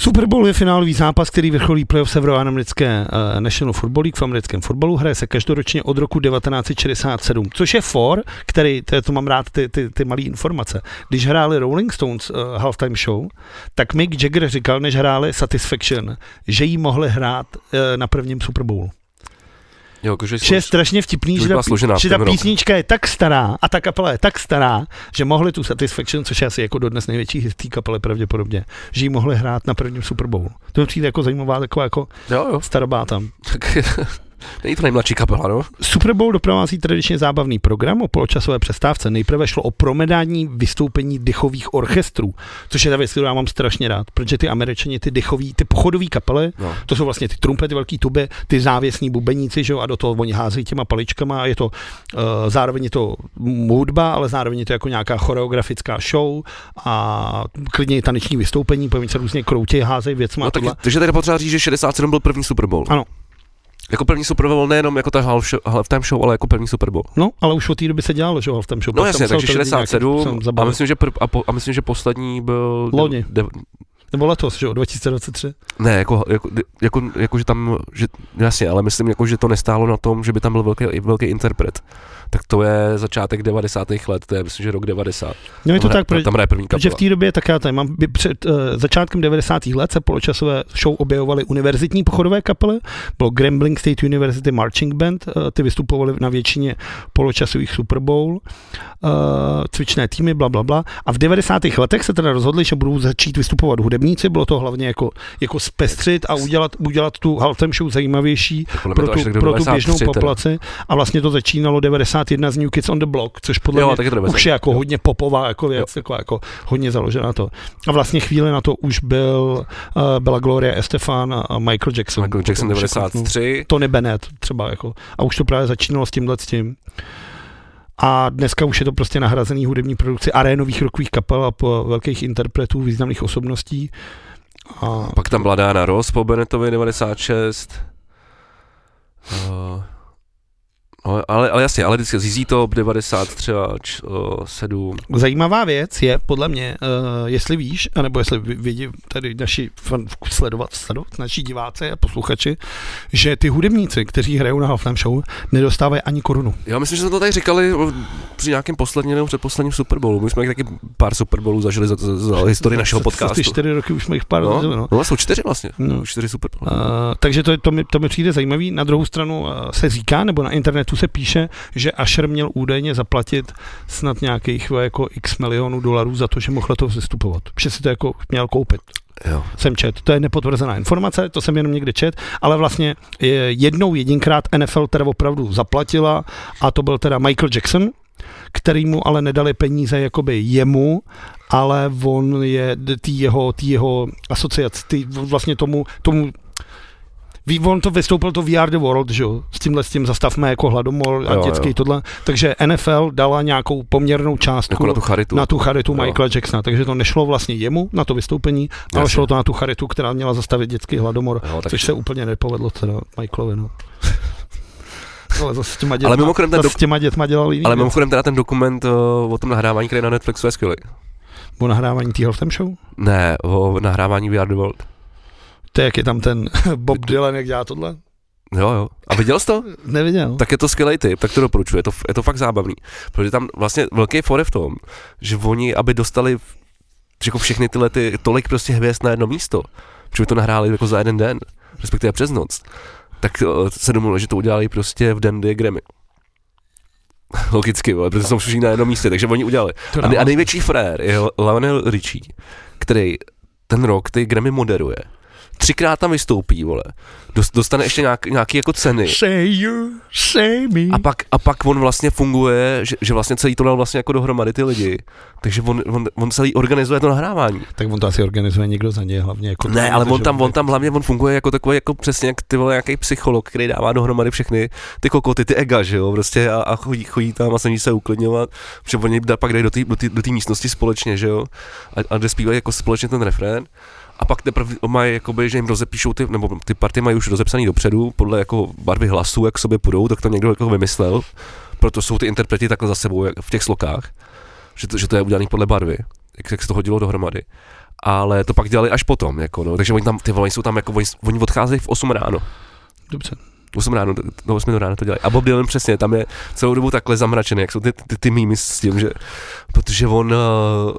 Super Bowl je finálový zápas, který vrcholí playoff severoamerické uh, National Football League v americkém fotbalu. Hraje se každoročně od roku 1967, což je for, který, to, je- to mám rád, ty, ty, ty malé informace. Když hráli Rolling Stones uh, halftime show, tak Mick Jagger říkal, než hráli Satisfaction, že jí mohli hrát uh, na prvním Super Bowlu.
Jo, jakože
Že je strašně vtipný,
Že
že ta,
byla
pí-
složená v
že
ten
ta
rok.
písnička je tak stará a ta kapela je tak stará, že mohli tu Satisfaction, což je asi jako dodnes největší hit té kapely pravděpodobně, že ji mohli hrát na prvním Super Bowlu. To mi přijde jako zajímavá taková jako
Jo, jo.
starobá tam.
Tak, Není to nejmladší kapela, no?
Super Bowl doprovází tradičně zábavný program o poločasové přestávce. Nejprve šlo o promedání vystoupení dechových orchestrů, což je ta věc, kterou já mám strašně rád, protože ty američani, ty dechový, ty pochodový kapely,
no.
to jsou vlastně ty trumpety, velký tube, ty závěsní bubeníci, že jo, a do toho oni házejí těma paličkama a je to uh, zároveň je to hudba, ale zároveň je to jako nějaká choreografická show a klidně i taneční vystoupení, povím se různě kroutě, házejí věcma.
no
a
tak,
tohle.
takže tady potřeba říct, že 67 byl první Super Bowl.
Ano.
Jako první Super Bowl nejenom jako ta half show- halftime show, ale jako první Super Bowl.
No, ale už od té doby se dělalo, že jo, v tom show. Pak
No
jsem
jasně,
psal
takže
televizní nějaký-
67
jsem
a
zabavil.
myslím, že prv, a, po, a myslím, že poslední byl...
Loni.
De,
Nebo letos,
No,
že jo, 2023.
ne, jako, jako, jako, jako, že tam, že, jasně, ale myslím, jako, že to nestálo na tom, že by tam byl velký, velký interpret. Tak to je začátek 90. let, to je myslím, že rok 90.
No je to
Tam hraje-
tak, protože
Tam hraje první
Protože v
kapela.
té době, tak já tady mám, by- před uh, začátkem 90. let se poločasové show objevovaly univerzitní pochodové kapely, bylo Grambling State University Marching Band, uh, ty vystupovaly na většině poločasových Super Bowl, uh, cvičné týmy, bla, bla, bla. A v 90. letech se teda rozhodli, že budou začít vystupovat hudebníci, bylo to hlavně jako, jako zpestřit a udělat, udělat tu halftime show zajímavější
Podle mě
pro
to až
tu, pro tu běžnou
tak do 93 teda.
populaci. A vlastně to začínalo 91 z New Kids on the Block, což podle
Jo,
mě
tak je to
už je jako
Jo.
hodně popová jako věc, jako, jako hodně založená to. A vlastně chvíli na to už byl, uh, byla Gloria Estefan a- a Michael Jackson.
Michael Jako Jackson
Potom všechno znovu.
93.
Tony Bennett třeba jako. A už to právě začínalo s tímhle s tím. A dneska už je to prostě nahrazený hudební produkci arénových rokových kapel a po velkých interpretů, významných osobností. A
Pak tam byla Dána Ross po Benetovi 96. Uh, no, ale, ale jasně, ale vždycky zjistí to eh, 97.
Zajímavá věc je, podle mě, uh, jestli víš, anebo jestli vy- vědí tady naši fan, sledovat, sledovat, naši diváci a posluchači, že ty hudebníci, kteří hrajou na Halftime Show, nedostávají ani korunu.
Já myslím, že jsme to tady říkali o- při nějakém posledním nebo předposledním Super Bowlu. My jsme taky pár Super Bowlů zažili za, za, za historii našeho
Za- Za ty
podcastu.
čtyři roky už jsme jich pár
No,
no.
no,
no.
ale jsou čtyři vlastně.
no.
Čtyři Super Bowly.
Uh, takže to, je- to, mi, to mi přijde zajímavý. Na druhou stranu uh, se říká, nebo na internetu se píše, že Asher měl údajně zaplatit snad nějakých jako x milionů dolarů za to, že mohl to vystupovat. Že si to jako měl koupit.
Jo.
jsem čet. To je nepotvrzená informace, to jsem jenom někde čet, ale vlastně eh, jednou jedinkrát NFL teda opravdu zaplatila a to byl teda Michael Jackson, který mu ale nedali peníze jakoby jemu, ale on je d- tý jeho, tý jeho asociaci, tý vlastně tomu, tomu Ví, on to vystoupil to VR The World, že jo, s tímhle s tím zastavme jako hladomor a
Jo,
dětský
jo.
tohle, takže NFL dala nějakou poměrnou částku
Jako na tu charitu.
na tu charitu
Jo.
Michaela Jacksona, takže to nešlo vlastně jemu na to vystoupení, ale
Jasně.
šlo to na tu charitu, která měla zastavit dětský hladomor,
jo, tak,
což se úplně nepovedlo teda Michaelovi, no. Ale zase s těma dětma,
ale mimochodem ten
zase
dok-
s těma dětma dělal jiný
ale
ale věc,
mimochodem teda ten dokument uh, o tom nahrávání, který je na Netflixu je skvělý.
o nahrávání té Halftime Show.
Ne, o nahrávání VR The World.
To je, jak je tam ten Bob Dylan, jak dělá tohle?
Jo, jo. A viděl jsi to?
Neviděl.
Tak je to skvělý tip, tak to doporučuji, je to, je to fakt zábavný. Protože tam vlastně velký fore v tom, že oni, aby dostali že jako všechny tyhle ty, tolik prostě hvězd na jedno místo, že by to nahráli jako za jeden den, respektive přes noc, tak eh, se domluvili, že to udělali prostě v den, kdy je Grammy. Logicky, vole, protože jsou všichni na jednom místě, takže oni udělali.
to
A, nej- a
dává-
největší frér je Lionel Richie, který ten rok ty Grammy moderuje. Třikrát tam vystoupí, vole. Dost- Dostane ještě nějak, nějaký jako ceny.
Say you, say me.
A pak, a pak on vlastně funguje, že, že vlastně celý to dal vlastně jako dohromady ty lidi. Takže on, on, on celý organizuje to nahrávání.
Tak on to asi organizuje někdo za ně, hlavně jako...
Ne, ale on
protože
tam, on tam hlavně on funguje jako takový, jako přesně jak ty vole, nějaký psycholog, který dává dohromady všechny ty kokoty, ty ega, že jo, prostě a, a chodí, chodí, tam a snaží se uklidňovat, protože oni da- pak jde do té do tý, do tý místnosti společně, že jo, a, a jde zpívají jako společně ten refrén. A pak teprve mají, jakoby, že jim rozepíšou ty, nebo ty party mají už rozepsaný dopředu, podle jako barvy hlasů, jak k sobě půjdou, tak to někdo jako vymyslel. Proto jsou ty interpreti takhle za sebou jak v těch slokách, že to, že to je udělané podle barvy, jak, jak se to hodilo dohromady ale to pak dělali až potom, jako, no. takže oni tam, ty vole, oni jsou tam, jako, oni, oni odcházejí v 8 ráno,
Dobře.
8 ráno, do- do 8 do rána to dělají. A Bob Dylan přesně, tam je celou dobu takhle zamračený, jak jsou ty, ty, ty mýmy s tím, že, protože on, eh,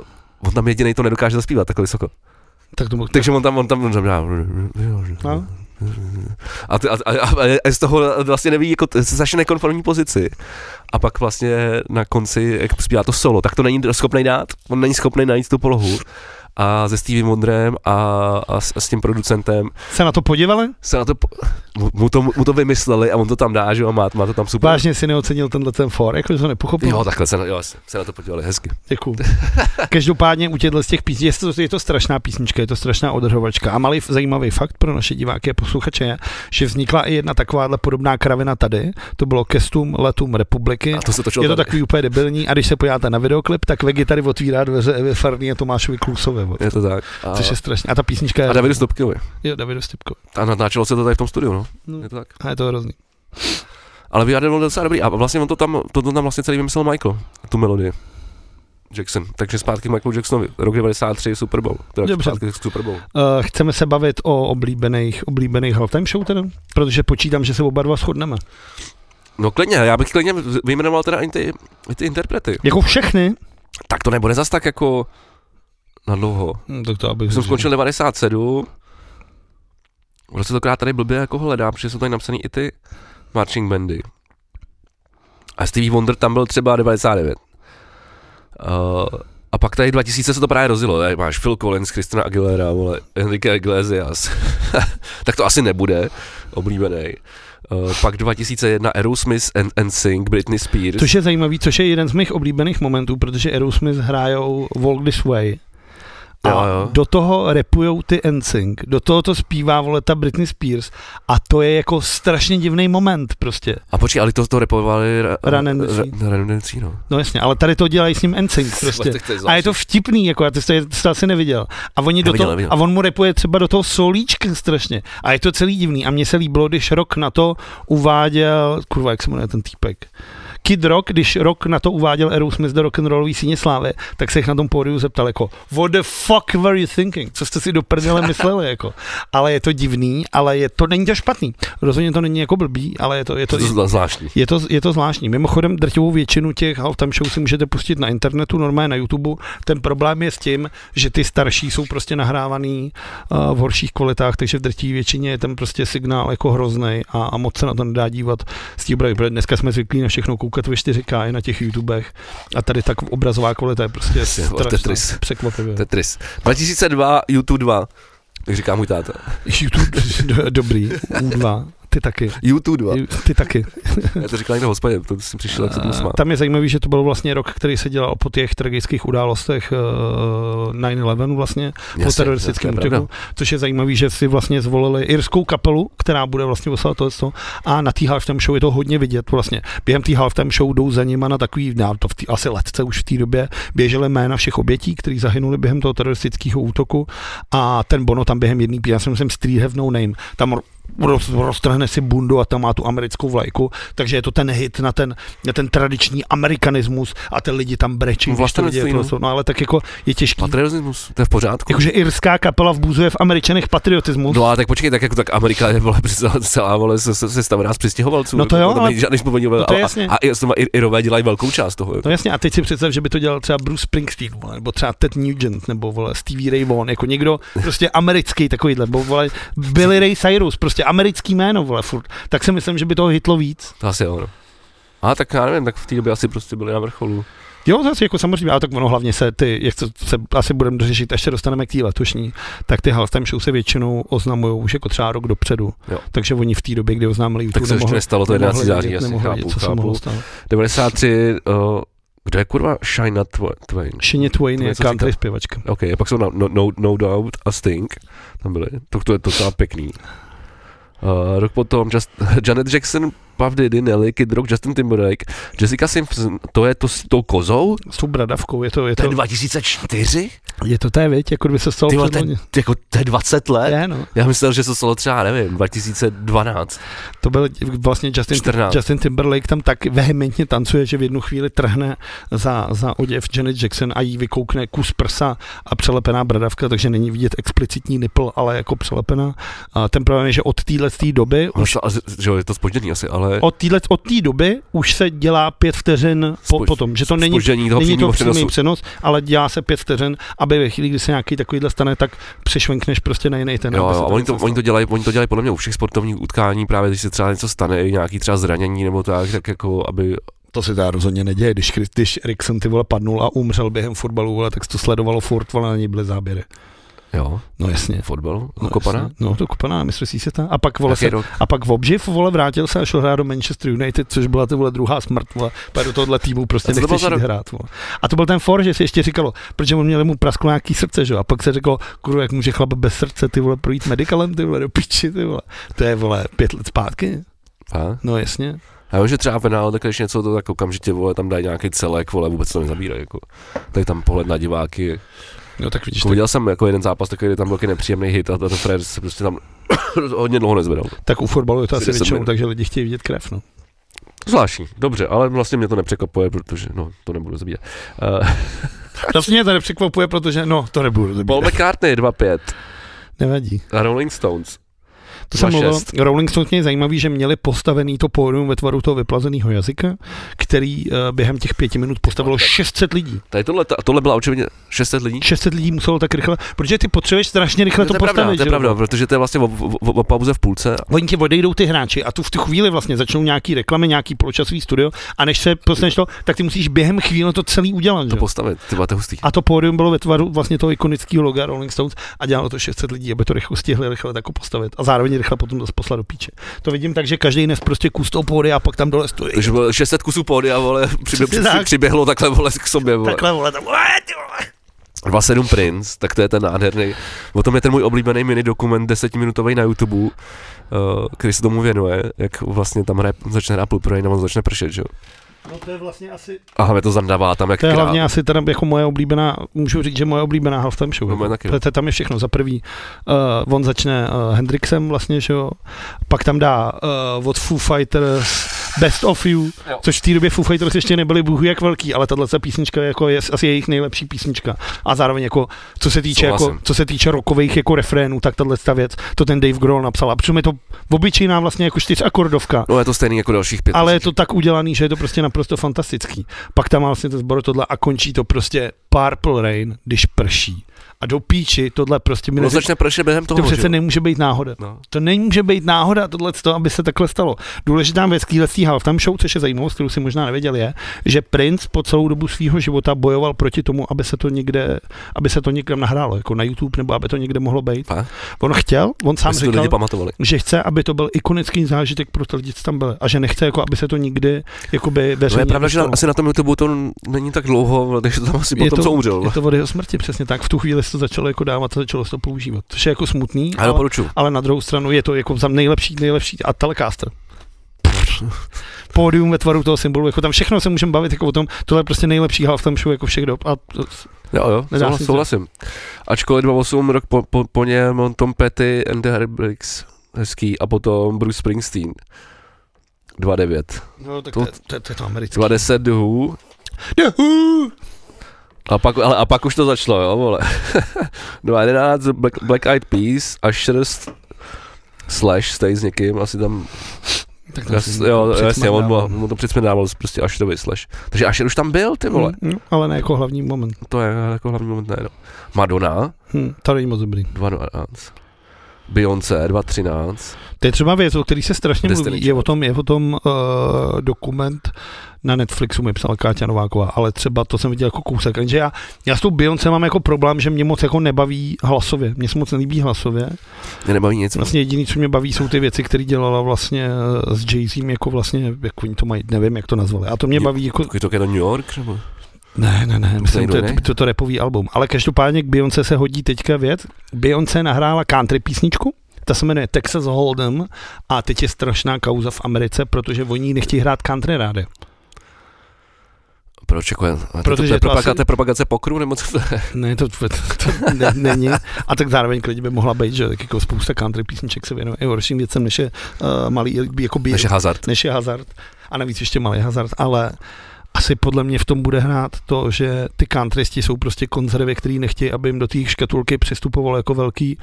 on tam jediný to nedokáže zaspívat takhle vysoko.
Tak to mohl...
Takže on tam, on tam, on tam dělá-
No.
a, ty, a, a, a, a, z toho vlastně neví, jako, t- zašle nekonformní pozici. A pak vlastně na konci, jak zpívá to solo, tak to není schopný dát, on není schopný najít tu polohu. a se Stevie Wonderem a, a, s, a s tím producentem
Se na to podívali?
se na to, po- mu- mu to, mu to vymysleli a on to tam dá, že jo, a má, má to tam super.
Vážně si neocenil tenhle ten for, jako že to nepochopil.
Jo, takhle se na, jo, se na to podívali, hezky.
Děkuju. Každopádně u těchto z těch písní, je to, je to strašná písnička, je to strašná odrhovačka. A malý f- zajímavý fakt pro naše diváky a posluchače je, že vznikla i jedna takováhle podobná kravina tady. To bylo Kestum letům republiky.
A to se točilo
Je to
tady.
takový úplně debilní a když se podíváte na videoklip, tak Vegi tady otvírá dveře Evě Farný a Tomášovi Klusovi. vole.
Je to tak. A,
Což je strašně. A ta písnička je...
a Davidu Stopkinovi.
Jo, Davidu Stipkovi.
A natáčelo se to tady v tom studiu, no.
No.
Je to tak.
A je to hrozný.
Ale Viarden byl docela dobrý. A vlastně on to tam, to, to tam vlastně celý vymyslel Michael, tu melodii. Jackson. Takže zpátky k Michaelu Jacksonovi. Rok 93 Super Bowl. Teda
Dobře.
Zpátky k Super Bowl.
Uh, chceme se bavit o oblíbených, oblíbených halftime show teda? Protože počítám, že se oba dva shodneme.
No klidně, já bych klidně vyjmenoval teda i ty, i ty interprety.
Jako všechny?
Tak to nebude zas tak jako na dlouho.
Hm, tak to abych
Já jsem
řekl.
skončil 97. Vlastně to krát tady blbě jako hledám, protože jsou tady napsaný i ty marching bandy. A Stevie Wonder tam byl třeba 99. Uh, a pak tady 2000 se to právě rozilo. Tady máš Phil Collins, Christina Aguilera, vole, Enrique Iglesias. tak to asi nebude oblíbený. Uh, pak 2001 Aerosmith and, and Sing, Britney Spears.
Což je zajímavý, což je jeden z mých oblíbených momentů, protože Aerosmith hrajou Walk This Way. A
Jo, jo.
do toho repujou ty NSYNC, do toho to zpívá vole ta Britney Spears a to je jako strašně divný moment prostě.
A počkej, ale to, to repovali ra,
Run and Sea.
ra, Run and Sea, no.
No jasně, ale tady to dělají s ním NSYNC prostě. A je to vtipný, jako já to jste, jste asi neviděl. A, oni do
Neviděl,
toho,
neviděl.
a on mu repuje třeba do toho solíčka strašně. A je to celý divný. A mně se líbilo, když rok na to uváděl, kurva, jak se jmenuje ten týpek. Kid Rock, když rok na to uváděl Aerosmith do rock'n'rollový síně slávy, tak se jich na tom pódiu zeptal jako What the fuck were you thinking? Co jste si do prdele mysleli? Jako. Ale je to divný, ale je to, není to špatný. Rozhodně to není jako blbý, ale je to, je
to,
to,
to, to zvláštní.
je to, je to zvláštní. Mimochodem, drtivou většinu těch halftime show si můžete pustit na internetu, normálně na YouTube. Ten problém je s tím, že ty starší jsou prostě nahrávaný uh, v horších kvalitách, takže v drtivé většině je ten prostě signál jako hrozný a, a moc se na to nedá dívat s tím brali, protože dneska jsme zvyklí na všechno koukat ve 4K i na těch YouTubech a tady tak obrazová kvalita je prostě
Jasně, o Tetris.
strašná, překvapivě.
Tetris. 2002, YouTube 2. Jak říká můj táta.
YouTube, do- dobrý, U2, ty taky.
YouTube 2.
Ty taky.
Já to říkal někdo v hospodě, to jsem přišel, jak se tomu smál.
Eh, Tam je zajímavý, že to byl vlastně rok, který se dělal po těch tragických událostech uh, 9-11 vlastně, po
Jasně,
teroristickém
to je pravda.
útoku, což je zajímavý, že si vlastně zvolili irskou kapelu, která bude vlastně oslavovat tohle to a na té halftime show je to hodně vidět vlastně. Během té halftime show jdou za nima na takový, na to v tý, asi letce už v té době, běžely jména všech obětí, kteří zahynuli během toho teroristického útoku a ten Bono tam během jedné písně, já jsem jsem Street Have No Name, tam ro- roz, roztrhne si bundu a tam má tu americkou vlajku, takže je to ten hit na ten, na ten tradiční amerikanismus a ty lidi tam brečí.
No,
když to vidí,
vlastenectví,
jako- no ale tak jako je těžký
Patriotismus, to je v pořádku.
Jakože irská kapela vbuzuje v američanech patriotismus.
No a tak počkej, tak jako tak Amerika je vole, přece- celá vole se, se, se stavená z přistěhovalců. jako
No to jo,
tam
ale-
není žádný spojení,
no to je
a,
jasně.
a, i- a, i- Irové dělají velkou část toho.
No jasně, a teď si představ, že by to dělal třeba Bruce Springsteen, vole, nebo třeba Ted Nugent, nebo vole, Stevie Ray Vaughan, jako někdo prostě americký takovýhle, nebo vole, Billy Ray Cyrus, prostě americký jméno, vole, furt. Tak si myslím, že by toho hitlo víc.
To asi jo, no. A tak já nevím, tak v té době asi prostě byli na vrcholu.
Jo, zase jako samozřejmě, ale tak ono hlavně se ty, jak to se asi budeme dořešit, až se dostaneme k té letošní, tak ty halftime show se většinou oznamují už jako třeba rok dopředu.
Jo.
Takže oni v té době, kdy oznámili YouTube,
Tak se ještě nestalo, to je 11. září, jasně, chápu,
co se mohlo
chápu.
stát.
93, uh, kdo je kurva Shina Twa- Twain?
Shině Twain
To
je
něco říká.
country zpěvačka.
OK, a pak jsou no, no, no, no Doubt a Sting, tam byly, to, to je docela pěkný. Uh, rok potom just, Janet Jackson, Puff Diddy, Nelly, Kid Rock, Justin Timberlake, Jessica Simpson, to je to s tou kozou?
S tou bradavkou, je to, je
To je
to,
2004?
je to té, viď, jako kdyby se stalo
Ty vole,
před loni.
To, jako, to je 20 let?
Je, no.
Já myslel, že to stalo třeba, nevím, 2012.
To byl vlastně Justin,
14.
Justin Timberlake tam tak vehementně tancuje, že v jednu chvíli trhne za, za oděv Janet Jackson a jí vykoukne kus prsa a přelepená bradavka, takže není vidět explicitní nipl, ale jako přelepená. A ten problém je, že od téhle tý doby
Ono
už
se- ale- Že jo, je to spožděný asi, ale
od téhle od té doby už se dělá pět vteřin po,
Spož-
potom, že to není
spoždění toho
Není to
přímého
přímý
přenosu.
přenos, ale dělá se pět vteřin, aby ve chvíli, kdy se nějaký takovýhle stane, tak přešvenkneš prostě na jiný ten.
Jo,
aby se
jo, a
to
oni to,
nestalo.
oni, to dělají, oni to dělají podle mě u všech sportovních utkání, právě když se třeba něco stane, i nějaký třeba zranění nebo tak, tak jako, aby,
To se teda rozhodně neděje, když, Chris- když Eriksen ty vole padnul a umřel během fotbalu, vole, tak se to sledovalo furt, vole, na něj byly záběry.
Jo,
No jasně.
fotbal,
No,
no, kopana.
jasně. No, do Kopana, mistrovství světa. A pak, vole, se,
Jaký rok?
a pak v obživ, vole, vrátil se a šel hrát do Manchester United, což byla ty vole druhá smrt, vole. Pak do tohohle týmu prostě
A co
nechceš
to bylo za
jít
rok?
hrát, vole. A to byl ten for, že si ještě říkalo, protože on měl mu prasklo nějaký srdce, že jo. A pak se řeklo, kurva, jak může chlap bez srdce, ty vole, projít medicalem, ty vole, do piči, ty vole. To je, vole, pět let zpátky.
A?
No jasně.
Já vím, že třeba penál, tak když něco, to tak okamžitě vole, tam dají nějaký celek, vole, vůbec to nezabírají. Jako. Tady tam pohled na diváky.
No tak vidíš,
Jako,
tak,
viděl jsem jako jeden zápas, takový, kde tam byl taky nepříjemný hit a ten Fred se prostě tam hodně dlouho nezvedal.
tak u fotbalu je to
Asi
asi
deset
většinou,
minut.
takže lidi chtějí vidět krev, no.
Zvláštní, dobře, ale vlastně mě to nepřekvapuje, protože no, to nebudu zabírat. Uh,
Vlastně mě to nepřekvapuje, protože, no, to nebudu. zabírat.
Paul McCartney 2-5
Nevadí.
a Rolling Stones.
To jsem
2,6.
mluvil, Rolling Stones mě je zajímavý, že měli postavený to pódium ve tvaru toho vyplazeného jazyka, který eh, během těch pěti minut postavilo 600 lidí.
Tady tohle, ta- tohle byla očividně 600 lidí.
600 lidí muselo tak rychle, protože ty potřebuješ strašně rychle to,
je
postavit.
pravda, to je
že jo?
pravda, protože to je vlastně o, o, o pauze v půlce.
Oni ti odejdou ty hráči a tu v tu chvíli vlastně začnou nějaký reklamy, nějaký poločasový studio a než se postaneš to, tak ty musíš během chvíle to celý udělat.
To
Že? jo?
postavit, ty vole, to je hustý.
A to pódium bylo ve tvaru vlastně toho ikonického loga Rolling Stones a dělalo to 600 lidí, aby to rychle stihli rychle tako postavit a zároveň rychle potom zase poslat do píče. To vidím tak, že každý nes prostě kus toho pódia a pak tam dole stojí.
Takže bylo 600 kusů pódy a vole, přibě,
Přesně
při,
tak.
přiběhlo takhle vole k sobě. Vole.
Takhle, vole, tam, "Ué, ty vole."
27 Prince, tak to je ten nádherný. O tom je ten můj oblíbený mini dokument 10-minutový na YouTube, uh, který se tomu věnuje, jak vlastně tam hraje, začne hrát Blue Parade a on začne pršet, že jo.
No to je vlastně asi...
A hlavně to zandavá tam jak
To je
král.
hlavně asi teda jako moje oblíbená, můžu říct, že moje oblíbená halftime show.
No,
jako.
moje taky, no.
Protože tam je všechno. Za prvý, uh, on začne uh, Hendrixem vlastně, že jo. Pak tam dá uh, od Foo Fighters Best of You,
Jo.
což v té době Foo Fighters ještě nebyli bůh ví jak velký, ale tahle písnička je, jako, je asi jejich nejlepší písnička. A zároveň jako, co se týče, jako,
Souhlasím.
co se týče rokových jako refrénů, tak tahle ta věc, to ten Dave Grohl napsal. A přitom je to obyčejná vlastně jako čtyřakordovka,
No je to stejný jako dalších pět.
ale je to tak udělaný, že je to prostě naprosto fantastický. Pak tam má vlastně ten zbor tohle a končí to prostě Purple Rain, když prší. A do píči tohle prostě mi
No
neři-
začne pršet během toho,
to
že
přece
jo.
nemůže být náhoda.
No.
To nemůže být náhoda, tohle, to, aby se takhle stalo. Důležitá věc k téhle half tam show, což je zajímavost, kterou si možná nevěděl, je, že Prince po celou dobu svého života bojoval proti tomu, aby se to někde, aby se to někam nahrálo, jako na YouTube, nebo aby to někde mohlo být.
Fakt?
On chtěl, on sám
Aby si to
říkal,
lidi pamatovali.
že chce, aby to byl ikonický zážitek pro ty lidi, co tam byli. A že nechce, jako, aby se to nikdy jakoby
No
veřejně
je pravda, že
dostalo.
na, asi na tom YouTube to n- není tak dlouho, takže to tam asi
Je
potom,
to-
co umřel.
Je to od jeho smrti, přesně tak. V tu chvíli se to začalo jako dávat a začalo se to používat. Což je jako smutný,
Já
ale,
doporučuji.
ale, na druhou stranu je to jako za nejlepší, nejlepší a telecaster. Pódium ve tvaru toho symbolu, jako tam všechno se můžeme bavit jako o tom, tohle je prostě nejlepší halftime show jako všech dob a to,
Jo, jo,
Nedá si
souhlas,
to.
souhlasím. Ačkoliv 28 rok po, po, po něm Tom Petty and the Heartbreaks, hezký, a potom Bruce Springsteen. 29.
no, tak
To-
to, to, to, to je to americké.
20 The Who. A pak, ale, a pak už to začalo, jo, vole. 2011 The Black, Black Eyed Peas a Shirst Slash Stay s někým, asi tam,
Tak
já,
si-
si- jo,
před
jasně,
tím
on,
dával,
mu- mu to předsmědával prostě Asherovi Slash. Takže Asher už tam byl, ty
no.
vole.
Mm, mm, ale ne jako hlavní moment.
To je jako hlavní moment, ne, no. Madonna,
Hm, to není moc dobrý.
2012. Beyoncé, 2013.
To je třeba věc, o který se strašně
Destiny
mluví. Je
Child.
o tom, je o tom uh, dokument na Netflixu, mi psal Káťa Nováková, ale třeba to jsem viděl jako kousek. Jenže já, já s tou Beyoncé mám jako problém, že mě moc jako nebaví hlasově. Mně se moc nelíbí hlasově.
Mě nebaví nic.
Vlastně jediné, co mě baví, jsou ty věci, které dělala vlastně eh, s Jay-Z, jako vlastně, jak oni to mají, nevím, jak to nazvali. A to mě
Jo,
baví jako...
Takový to je to New York, nebo?
Ne, ne, ne, myslím,
někdo
to, je-
jiný?
to, to, to repový album. Ale každopádně k Beyoncé se hodí teďka věc. Beyoncé nahrála country písničku, ta se jmenuje Texas Hold'em a teď je strašná kauza v Americe, protože oni nechtějí hrát country rády.
Proč jako je, ale to, to,
Protože vlastně- to
je propagace,
asi-
to je propagace pokru, nebo co to je?
Ne, to, to, to ne, není. A tak zároveň klidně by mohla být, že tak jako spousta country písniček se věnuje i horším věcem, než je uh, malý, jako by,
Naše hazard.
než je hazard. A navíc ještě malý hazard, ale asi podle mě v tom bude hrát to, že ty countrysti jsou prostě konzervy, který nechtějí, aby jim do těch škatulky přistupovalo jako velký,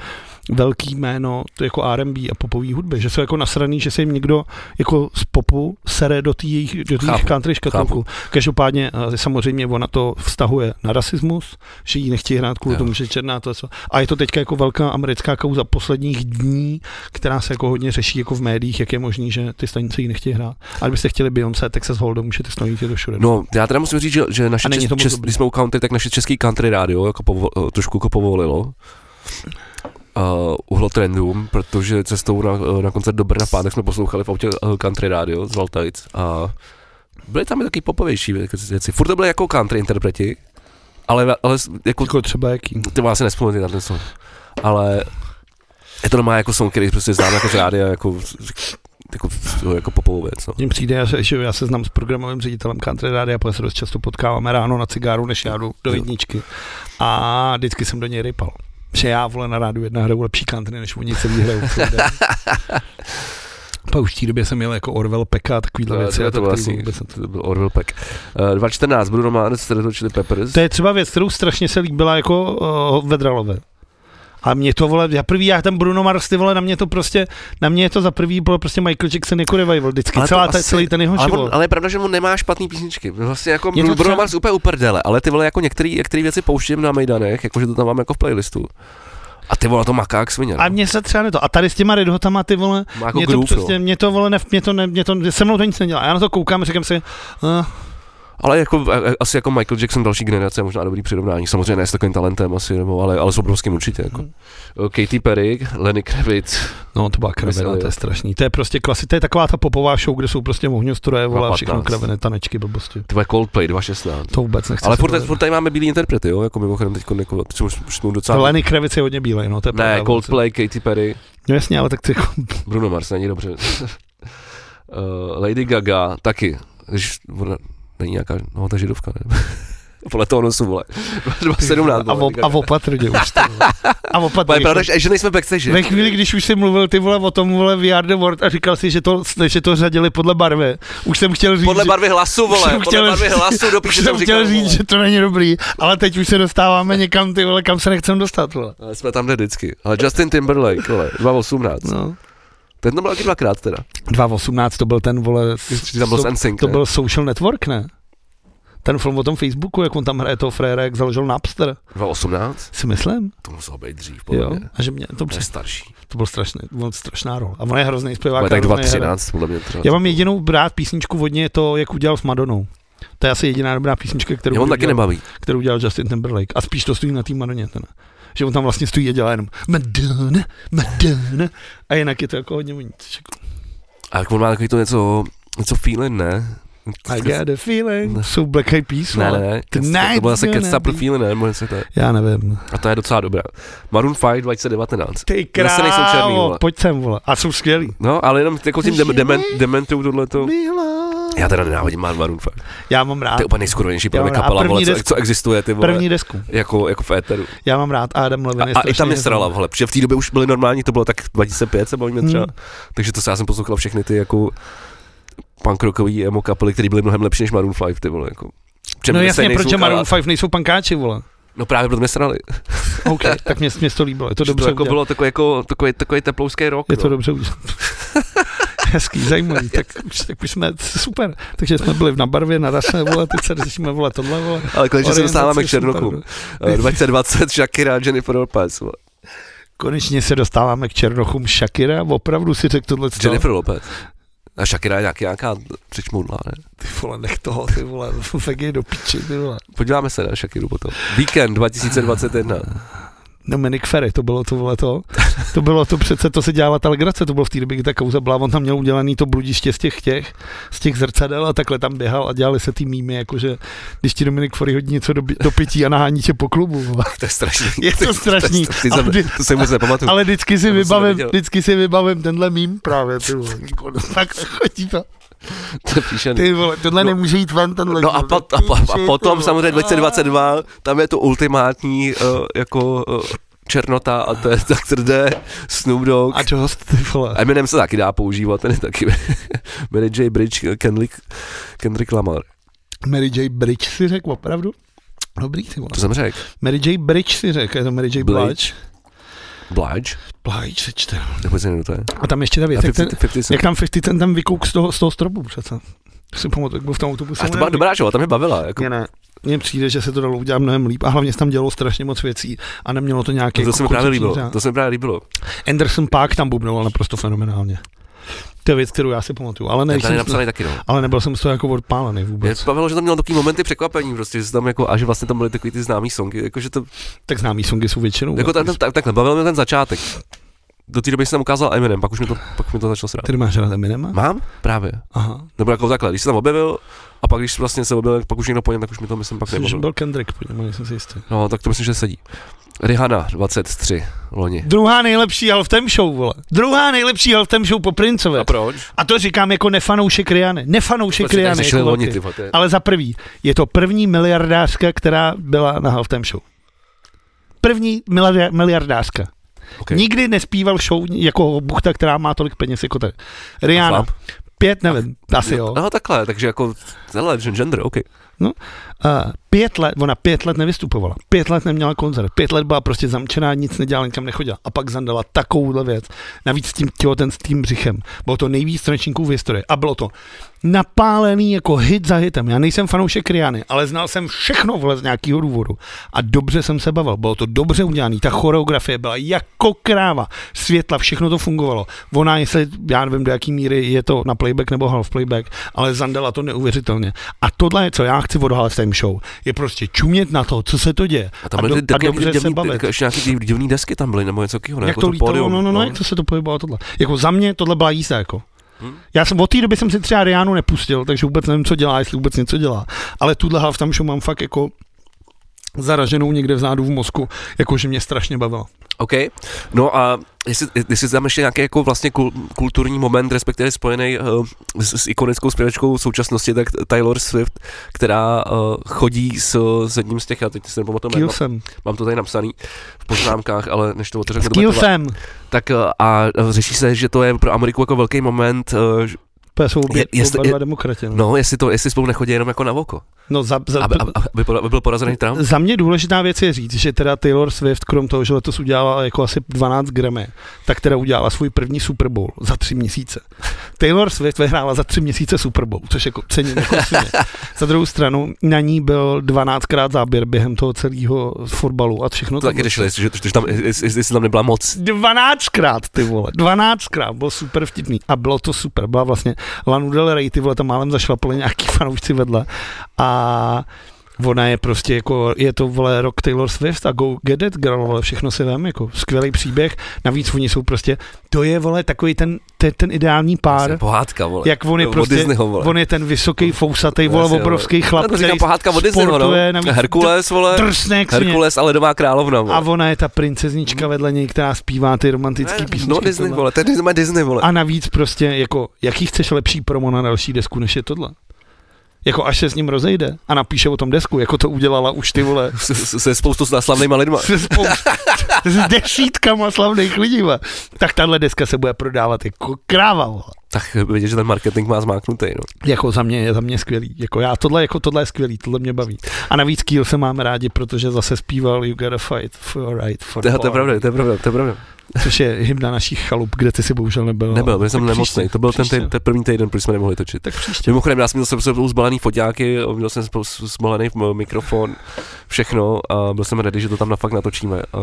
velký jméno, to jako R&B a popový hudby, že jsou jako nasraný, že se jim někdo jako z popu sere do té jejich, do těch
Chápu,
country škatulku. Každopádně eh, samozřejmě ona to vztahuje na rasismus, že ji nechtějí hrát kvůli
Jo.
tomu, že je černá to je co. A je to teďka jako velká americká kauza posledních dní, která se jako hodně řeší jako v médiích, jak je možný, že ty stanice ji nechtějí hrát. A kdybyste chtěli Beyoncé, tak se s Holdou můžete snovit je to všude.
No, já teda musím říct, že, že naše
A není
čes,
to moc
čes,
dobrý.
když jsme u country, tak naše český country rádio jako povo, eh, trošku jako povolilo uh, uhlo trendům, protože cestou na, eh, na koncert do Brna v pátek jsme poslouchali v autě eh, country rádio z Valtajc a byly tam i taky popovější věci. Furt to byly jako country interpreti, ale, ale s- jako
Jako třeba jaký?
ty vás si nespomínám na ten song. Ale je to normálně jako song, který prostě znám jako z rádia, jako, jako, jako popovou věc. No.
Mně přijde, že- že já se znám s programovým ředitelem Country Rádia, protože se dost často potkáváme ráno na cigáru, než já jdu do
Jo.
jedničky. A vždycky jsem do něj rypal. Že já vole na rádu jedna hraju lepší country, než oni celý hrajou. celý den. Pak už v té době jsem měl jako Orwell Peka a takovýhle
To-
věci.
to
a
byl
tak,
asi-
který vůbec-
To byl Orville Peck. Uh, 2014, Bruno Mars, Red Hot Chili Peppers.
To je třeba věc, kterou strašně se líbila jako uh, Vedralové. A mě to vole, já první, já tam Bruno Mars, ty vole, na mě to prostě, na mě je to za prvý bylo prostě Michael Jackson jako revival, vždycky,
Ale to
celá ta,
asi-
celý ten jeho
ale,
život.
on, ale je pravda, že on nemá špatný písničky. Vlastně jako
Je to
Bruno
třeba-
Mars úplně uprdele, ale ty vole jako některé některý věci pouštím na Mejdanech, jakože to tam mám jako v playlistu. A ty vole na to maká jak svině. no.
A mně se třeba ne to. A tady s těma Red Hotama, ty vole,
Má jako
mě to
groove, no.
prostě, mě to vole, ne, mě to, ne, mě to, se mnou to nic nedělá. Já na to koukám, říkám si, uh,
Ale jako, a- a- asi jako Michael Jackson další generace, možná dobrý přirovnání. Samozřejmě ne s takovým talentem asi, nebo, ale, ale s obrovským určitě. Jako.
Mhm.
Katy Perry, Lenny Kravitz,
no to byla kravena,
Myslím,
to
jo.
je strašný. To je prostě klasi, to je taková ta popová show, kde jsou prostě ohňostroje, vole, a všechno
15.
kraveny, tanečky, blbosti.
tvoje Coldplay 216.
To vůbec nechci.
Ale
si
furt,
dovolit.
furt, tady máme bílý interprety, jo, jako mimochodem teď jako, třeba už, už jsme docela...
To Lenny Kravitz je hodně bílej, no, to je
ne,
pravda,
Coldplay, Katy Perry,
No jasně, ale tak ty jako,
Bruno Mars, není dobře. uh, Lady Gaga, taky. Když, ona, není nějaká, no ta židovka, ne? Podle toho nosu, vole. 2017
a,
byla
vo,
Lady
a
Gaga.
opatrně už, ty vole. A
Ale je
opatrně.
pravda, že, že nejsme backstage.
Ve chvíli, když už jsi mluvil ty vole o tom vole VR The World a říkal si, že to, že to řadili podle barvy, už jsem chtěl říct,
Podle
že-
barvy hlasu,
Už jsem
vole, podle
chtěl
barvy
říct-
hlasu, do píče
Už jsem chtěl
říkal,
říct,
vole.
že to není dobrý, ale teď už se dostáváme někam, ty vole, kam se nechcem dostat, vole.
Ale jsme tam jde vždycky. Ale Justin Timberlake, vole, 2018.
No.
Ten tam byl taky dvakrát teda.
2018 to byl ten, vole, s-
Když tam byl
to,
s NSYNC,
to
ne?
byl social network, ne? Ten film o tom Facebooku, jak on tam hraje toho fréra, jak založil Napster,
2018?
si myslím,
To muselo být dřív, podle
jo,
mě.
a že mě, to,
To je starší.
to byl strašný, on strašná role. A on je hrozný zpěvák.
Ale tak
a hrozný herec.
2013, podle mě třeba.
Já mám jedinou rád písničku vodně, je to, jak udělal s Madonou. To je asi jediná dobrá písnička, kterou
Mě on taky
udělal.
nebaví.
kterou dělal Justin Timberlake. A spíš to stojí na té Madoně. Ten. Že on tam vlastně stojí a dělá jenom Madonna, Madonna. A jinak je to jako hodně o nic.
A jak on má takový to něco, něco feeling, ne?
jako, I got a feeling.
Ne.
Jsou Black Eyed Peas.
Ne,
vole.
ne, ne.
Tonight's
Cat- To byla zase
gonna
Cat Supper
be-
Feeling, ne? Nebo něco to je.
Já nevím.
A to je docela dobrá. Maroon 5 2019.
Ty
Zase nejsou černý,
krávo,
vole.
pojď sem, vole. A jsou skvělí.
No, ale jenom jako tím dem- demen- dementou tohleto.
Milo.
Já teda nenávidím Maroon 5.
Já mám rád
To je úplně nejskurvenější
Já
podle mě
mám- no a
kapela, vole,
první
co,
desk-
co existuje, ty vole.
první desku.
Jako, jako v éteru.
Já mám rád Adam Levin. je
A, a i tam
strašný
mě srala, hele, protože v té době už byly normální, to bylo tak 2005, se bavíme třeba.
Hmm.
Takže to se já jsem poslouchal všechny ty jako punk rockový emo kapely, které byly mnohem lepší než Maroon 5, ty vole, jako. Protože
No
mě
jasně,
stejný
proč
zvuk,
Maroon
ale-
5 nejsou pankáči, vole.
No právě proto mě srali.
OK, tak mě, mě to líbilo, je to
To,
dobře
to jako
udělané.
bylo takový, jako, takový, takový teplouský rok.
Je to
no.
dobře udělat. Hezký, zajímavý, tak už, tak už jsme, super. Takže jsme byli na barvě, na rase, vole, teď se řešíme, vole, tohle, vole.
Ale konečně se dostáváme k
Orientace,
Černoku.
super. no.
Eh, 2020 Shakira, Jennifer Lopez. vole.
Konečně se dostáváme k Černochům Shakira, opravdu si řekl tohle co?
Jennifer Lopez. A Shakira je nějaký, nějaká přičmoudlá, ne?
Ty vole, nech toho, ty vole, fakt je do piči, ty vole.
Podíváme se na Shakiru potom. Víkend 2021.
Dominik No, Ferry, to bylo to, vole, to, to bylo to přece, to se dělala ta legrace, to bylo v té době, kdy ta kauza byla, on tam měl udělaný to bludiště z těch těch, z těch zrcadel a takhle tam běhal a dělali se ty mýmy, jakože když ti Dominik Ferry hodí něco do, bi- do pití a nahání tě po klubu, vole.
To je strašný.
Je to strašný.
To, to,
A
to,
vždy-
to, to se moc nepamatuju.
Ale vždycky si
Já to jsem
vybavím,
neviděl.
vždycky si vybavím tenhle mím právě, ty vole. Tak chodí to.
To píše
Ty vole, tohle
No.
nemůže jít ven, tenhle.
No a,
díl,
pot,
tak
a, po,
píči,
a
ty
potom
vole.
samozřejmě 2022, tam je to ultimátní uh, jako uh, černota a to je tak trdé Snoop Dogg.
A čo host, ty vole.
Eminem se taky dá používat, ten je taky Mary J. Bridge, Kendrick, Kendrick Lamar.
Mary J. Bridge si řekl opravdu? Dobrý ty vole.
To jsem řekl.
Mary J. Bridge si řekl, je to Mary J. Blige.
Blige. Blige?
Blige se čte.
Nebo se to je.
A tam ještě ta
A
věc, jak,
50,
ten,
50 cent.
jak tam 50 ten tam vykouk z toho, z toho stropu přece. Já si pamatuju, jak byl v tom autobuse.
A to byla dobrá show, tam mě bavila. Jako,
Mně ne. Mně přijde, že se to dalo udělat mnohem líp a hlavně se tam dělalo strašně moc věcí a nemělo to nějaký...
to se mi
jako
právě
koncepční
líbilo.
řád.
To se mi právě líbilo.
Anderson Park tam bubnoval naprosto fenomenálně. To je věc, kterou já si pamatuju, ale,
Já tady
nejsem,
napsaný taky, no.
ale nebyl jsem z toho jako odpálený
Mě
vůbec.
bavilo, že tam mělo takový momenty překvapení, prostě, že tam jako, a že vlastně tam byly takový ty známý songy, jako, že to,
Tak známý songy jsou většinou.
jako tam, tak, takhle, bavil mě ten začátek. Do té doby jsem tam ukázal Eminem, pak už mi to, pak mi to začalo srát.
Ty máš rád Eminema?
Mám? Právě.
Aha.
Nebo jako takhle, když se tam objevil, a pak když vlastně se objevil, pak už někdo po něm, tak už mi to myslím pak
Myslím, že
nebavilo.
byl Kendrick, po něm, ale nejsem si jistý.
No, tak to myslím, že sedí. Rihanna, 23, loni.
Druhá nejlepší halftime show, vole. Druhá nejlepší halftime show po Princové.
A proč?
A to říkám jako nefanoušek Riany. Nefanoušek
Prostě tak
Riany.
řešili
Jako
loni,
velký.
ty vole, to je-
Ale za prvý, je to první miliardářka, která byla na halftime show. První miliarda- miliardářka.
okay.
Okay. Nikdy nespíval show jako buchta, která má tolik peněz jako tady. Rihanna.
Chlap?
Pět, nevím, asi jo.
Aha, takhle, takže jako, hele, gen- gender, OK.
Uh, pět let, ona pět let nevystupovala, pět let neměla koncert, pět let byla prostě zamčená, nic nedělala, nikam nechodila a pak zandala takovouhle věc. Navíc s tím těhotenstvím břichem. Bylo to nejvíc ročníků v historii a bylo to napálený jako hit za hitem. Já nejsem fanoušek Riany, ale znal jsem všechno vole z nějakého důvodu a dobře jsem se bavil. Bylo to dobře udělané, ta choreografie byla jako kráva, světla, všechno to fungovalo. Ona, jestli, já nevím do jaký míry je to na playback nebo half playback, ale zandala to neuvěřitelně. A tohle je, co já chci od Hall Time Show, je prostě čumět na to, co se to děje.
A
A,
tam
do,
byly
a
ty taky
dobře se
divný,
bavit.
jako ještě nějaký div- divný desky tam byly, nebo něco takového, ne?
jak
jako
to lítalo,
pódium,
no, no, no, jak to se to pohybovalo tohle. Jako za mě tohle byla jízda, jako.
Hm.
Já jsem od té doby jsem si třeba Rianu nepustil, takže vůbec nevím, co dělá, jestli vůbec něco dělá. Ale tuhle half tam mám fakt jako zaraženou někde vzadu v mozku, jakože mě strašně bavila.
OK. No a jestli, jestli tam ještě nějaký jako vlastně kul, kulturní moment, respektive spojený uh, s, s ikonickou zpěvačkou současnosti, tak Taylor Swift, která uh, chodí s, s jedním z těch, já teď si nepamatuju, jméno,
Killsem.
mám to tady napsaný v poznámkách, ale než to otevřu, to bude trvat.
Killsem.
tak uh, a uh, řeší se, že to je pro Ameriku jako velký moment, uh, že-
To jsou obě,
Je- jestli-
oba dva demokrati. No,
no jestli to, jestli spolu nechodí jenom jako na oko,
no za, za,
aby, aby, aby, pora- aby byl porazený Trump.
Za mě důležitá věc je říct, že teda Taylor Swift, krom toho, že letos udělala jako asi 12 Grammy, tak teda udělala svůj první Super Bowl za tři měsíce. Taylor Swift vyhrála za tři měsíce Super Bowl, což jako cením jako svině. Za druhou stranu na ní byl 12krát záběr během toho celého fotbalu a všechno.
To
tam
taky řešili, jestli, že, že tam, jestli, jestli tam nebyla moc.
12krát, ty vole, 12krát, bylo super vtipný a bylo to super, byla vlastně Lanu Del Rey, ty vole, tam málem zašlapali nějaký fanoušci vedle a ona je prostě jako, je to vole rock Taylor Swift a go get it girl, vole, všechno si vem, jako skvělý příběh, navíc oni jsou prostě, to je vole takový ten, ten, ten ideální
Vlastně
pár,
Pohádka, vole.
jak on je
Od
prostě,
Disneyho, vole.
on je ten vysoký, fousatý, vole,
Jasně,
obrovský
Já
chlap,
to
který
říkám pohádka od Disneyho, no.
sportuje, navíc
Herkules, vole.
drsne k směru.
Herkules a ledová královna, vole.
A ona je ta princeznička vedle něj, která zpívá ty romantické
Ne,
písničky.
No Disney,
tohle.
vole, to je Disney, Disney, vole.
A navíc prostě, jako, jaký chceš lepší promo na další desku, než je tohle? Jako až se s ním rozejde a napíše o tom desku, jako to udělala už ty vole.
S- s- Se spoustu s slavnýma lidma.
Se spou- s desítkama slavných lidí. vole. Tak tahle deska se bude prodávat jako kráva. Vole.
Tak vidět, že ten marketing má zmáknutý, no.
Jako za mě je za mě skvělý. Jako já tohle, jako tohle je skvělý, tohle mě baví. A navíc Keel se máme rádi, protože zase zpíval You gotta fight for your right for
To je, to je
power",
pravda, to je pravda, to je pravda.
Což je hymna našich chalup, kde ty si bohužel nebyl.
Nebyl, byl
Tak
jsem
No, příště,
nemocný, to byl ten,
příště.
ten, Hm? ten první týden, proč jsme nemohli točit.
Tak příště.
Prostě. Mimochodem, já jsem měl jsem sebou zbalený foťáky, měl jsem spou- zbalený m- mikrofon, všechno a byl jsem ready, že to tam na fakt natočíme. A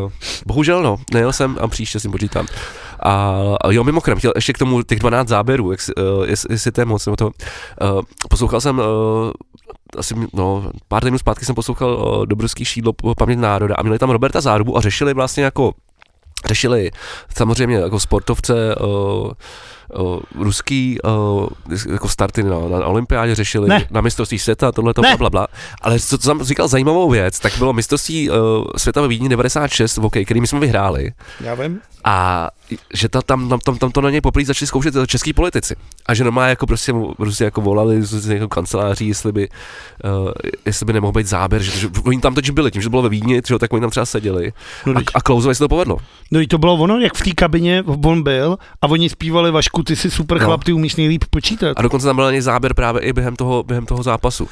bohužel no, nejel jsem a příště si počítám. A, a jo, mimochodem, chtěl ještě k tomu těch 12 záběrů, jak, si- eh, jest- jestli to je moc, nebo to, eh, poslouchal jsem eh, asi no, pár týdnů zpátky jsem poslouchal eh, Dobrský šídlo p- Paměť národa a měli tam Roberta Zárubu a řešili vlastně jako řešili samozřejmě jako sportovce uh, uh, ruský uh, jako starty na, na olympiádě řešili,
Ne.
na mistrovství světa, tohle to
Ne.
bla, bla, bla. Ale co, co tam říkal zajímavou věc, tak bylo mistrovství uh, světa ve Vídni 96 v hokeji, který my jsme vyhráli
Já vím.
a že ta, tam, tam, tam, tam to na něj poprvé začali zkoušet eh, český politici. A že normálně jako prostě, mu- prostě jako volali z z nějakou kanceláří, jestli by, uh, jestli by nemohl být záběr, že, že oni tam totiž byli, tím, že to bylo ve Vídni, že, jo, tak oni tam třeba seděli.
No,
A,
a,
a Klausovi se to povedlo.
no i to bylo ono, jak v té kabině on byl a oni zpívali Vašku, ty jsi super
No.
chlap, ty umíš nejlíp počítat.
A dokonce tam byl na něj záběr právě i během toho, během toho zápasu.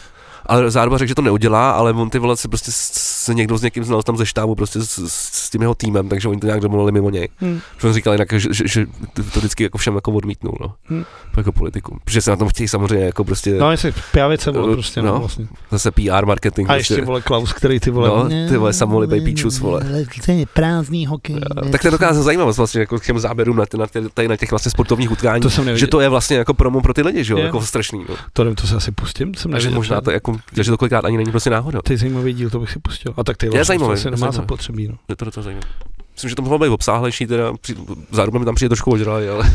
A Ale zároveň řekl, že to neudělá, ale on ty vole se prostě se někdo s někým znal tam ze štábu, prostě s, s tím jeho týmem, takže oni to nějak domluvili mimo něj.
Hmm.
Protože on říkal jinak, že, že, že, to vždycky jako všem jako odmítnul, no.
Hmm.
Jako politiku. Protože se na tom chtějí samozřejmě jako prostě
No, jestli pěvit se
No,
vole prostě, no,
no.
vlastně.
zase PR marketing.
A
prostě.
ještě vole Klaus, který ty vole.
No, ty vole, samolibej píčus, vole.
Ale To je prázdný hokej. ne,
Tak to je dokázal zajímavost vlastně jako k těm záběrům na, ty- na, ty- tady na těch vlastně sportovních utkání.
To jsem neviděl.
že to je vlastně jako promo pro ty lidi, že jo,
Je.
jako strašný. No.
To, nevím, to se asi pustím, jsem
Takže
nevěděl.
možná to jako, že to kolikrát ani není prostě náhoda.
Ty zajímavý díl, to bych si pustil. A tak ty vlastně
zajímavý,
to asi
je
nemá
zajímavý.
zapotřebí. No.
Je to do toho zajímavé. Myslím, že to mohlo být obsáhlejší, teda při, zároveň mi tam přijde trošku ožralý, ale,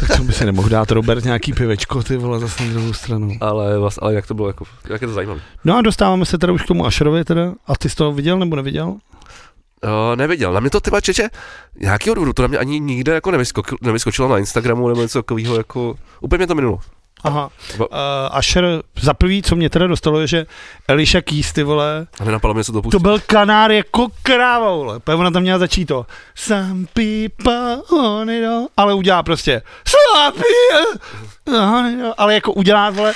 Tak co by si nemohl dát Robert nějaký pivečko, ty vole, zase na druhou stranu.
ale, vás, ale jak to bylo, jako, jak je to zajímavé.
No a dostáváme se teda už k tomu Ašerovi teda. A ty jsi to viděl nebo neviděl?
Uh, neviděl, na mě to tyba čeče, nějakého důvodu, to na mě ani nikde jako nevyskočilo, nevyskočilo na Instagramu nebo něco takového, jako, úplně mě to minulo.
Aha.
Ba-
Uh, Asher, za prvý, co mě teda dostalo, je, že Eliša Keys, ty vole,
A nenapadlo mě se to
to
pustit.
byl kanár jako kráva, vole. Pak ona tam měla začít to. Some people on it all. Ale udělá prostě. Some people on it all. Ale jako udělá, vole,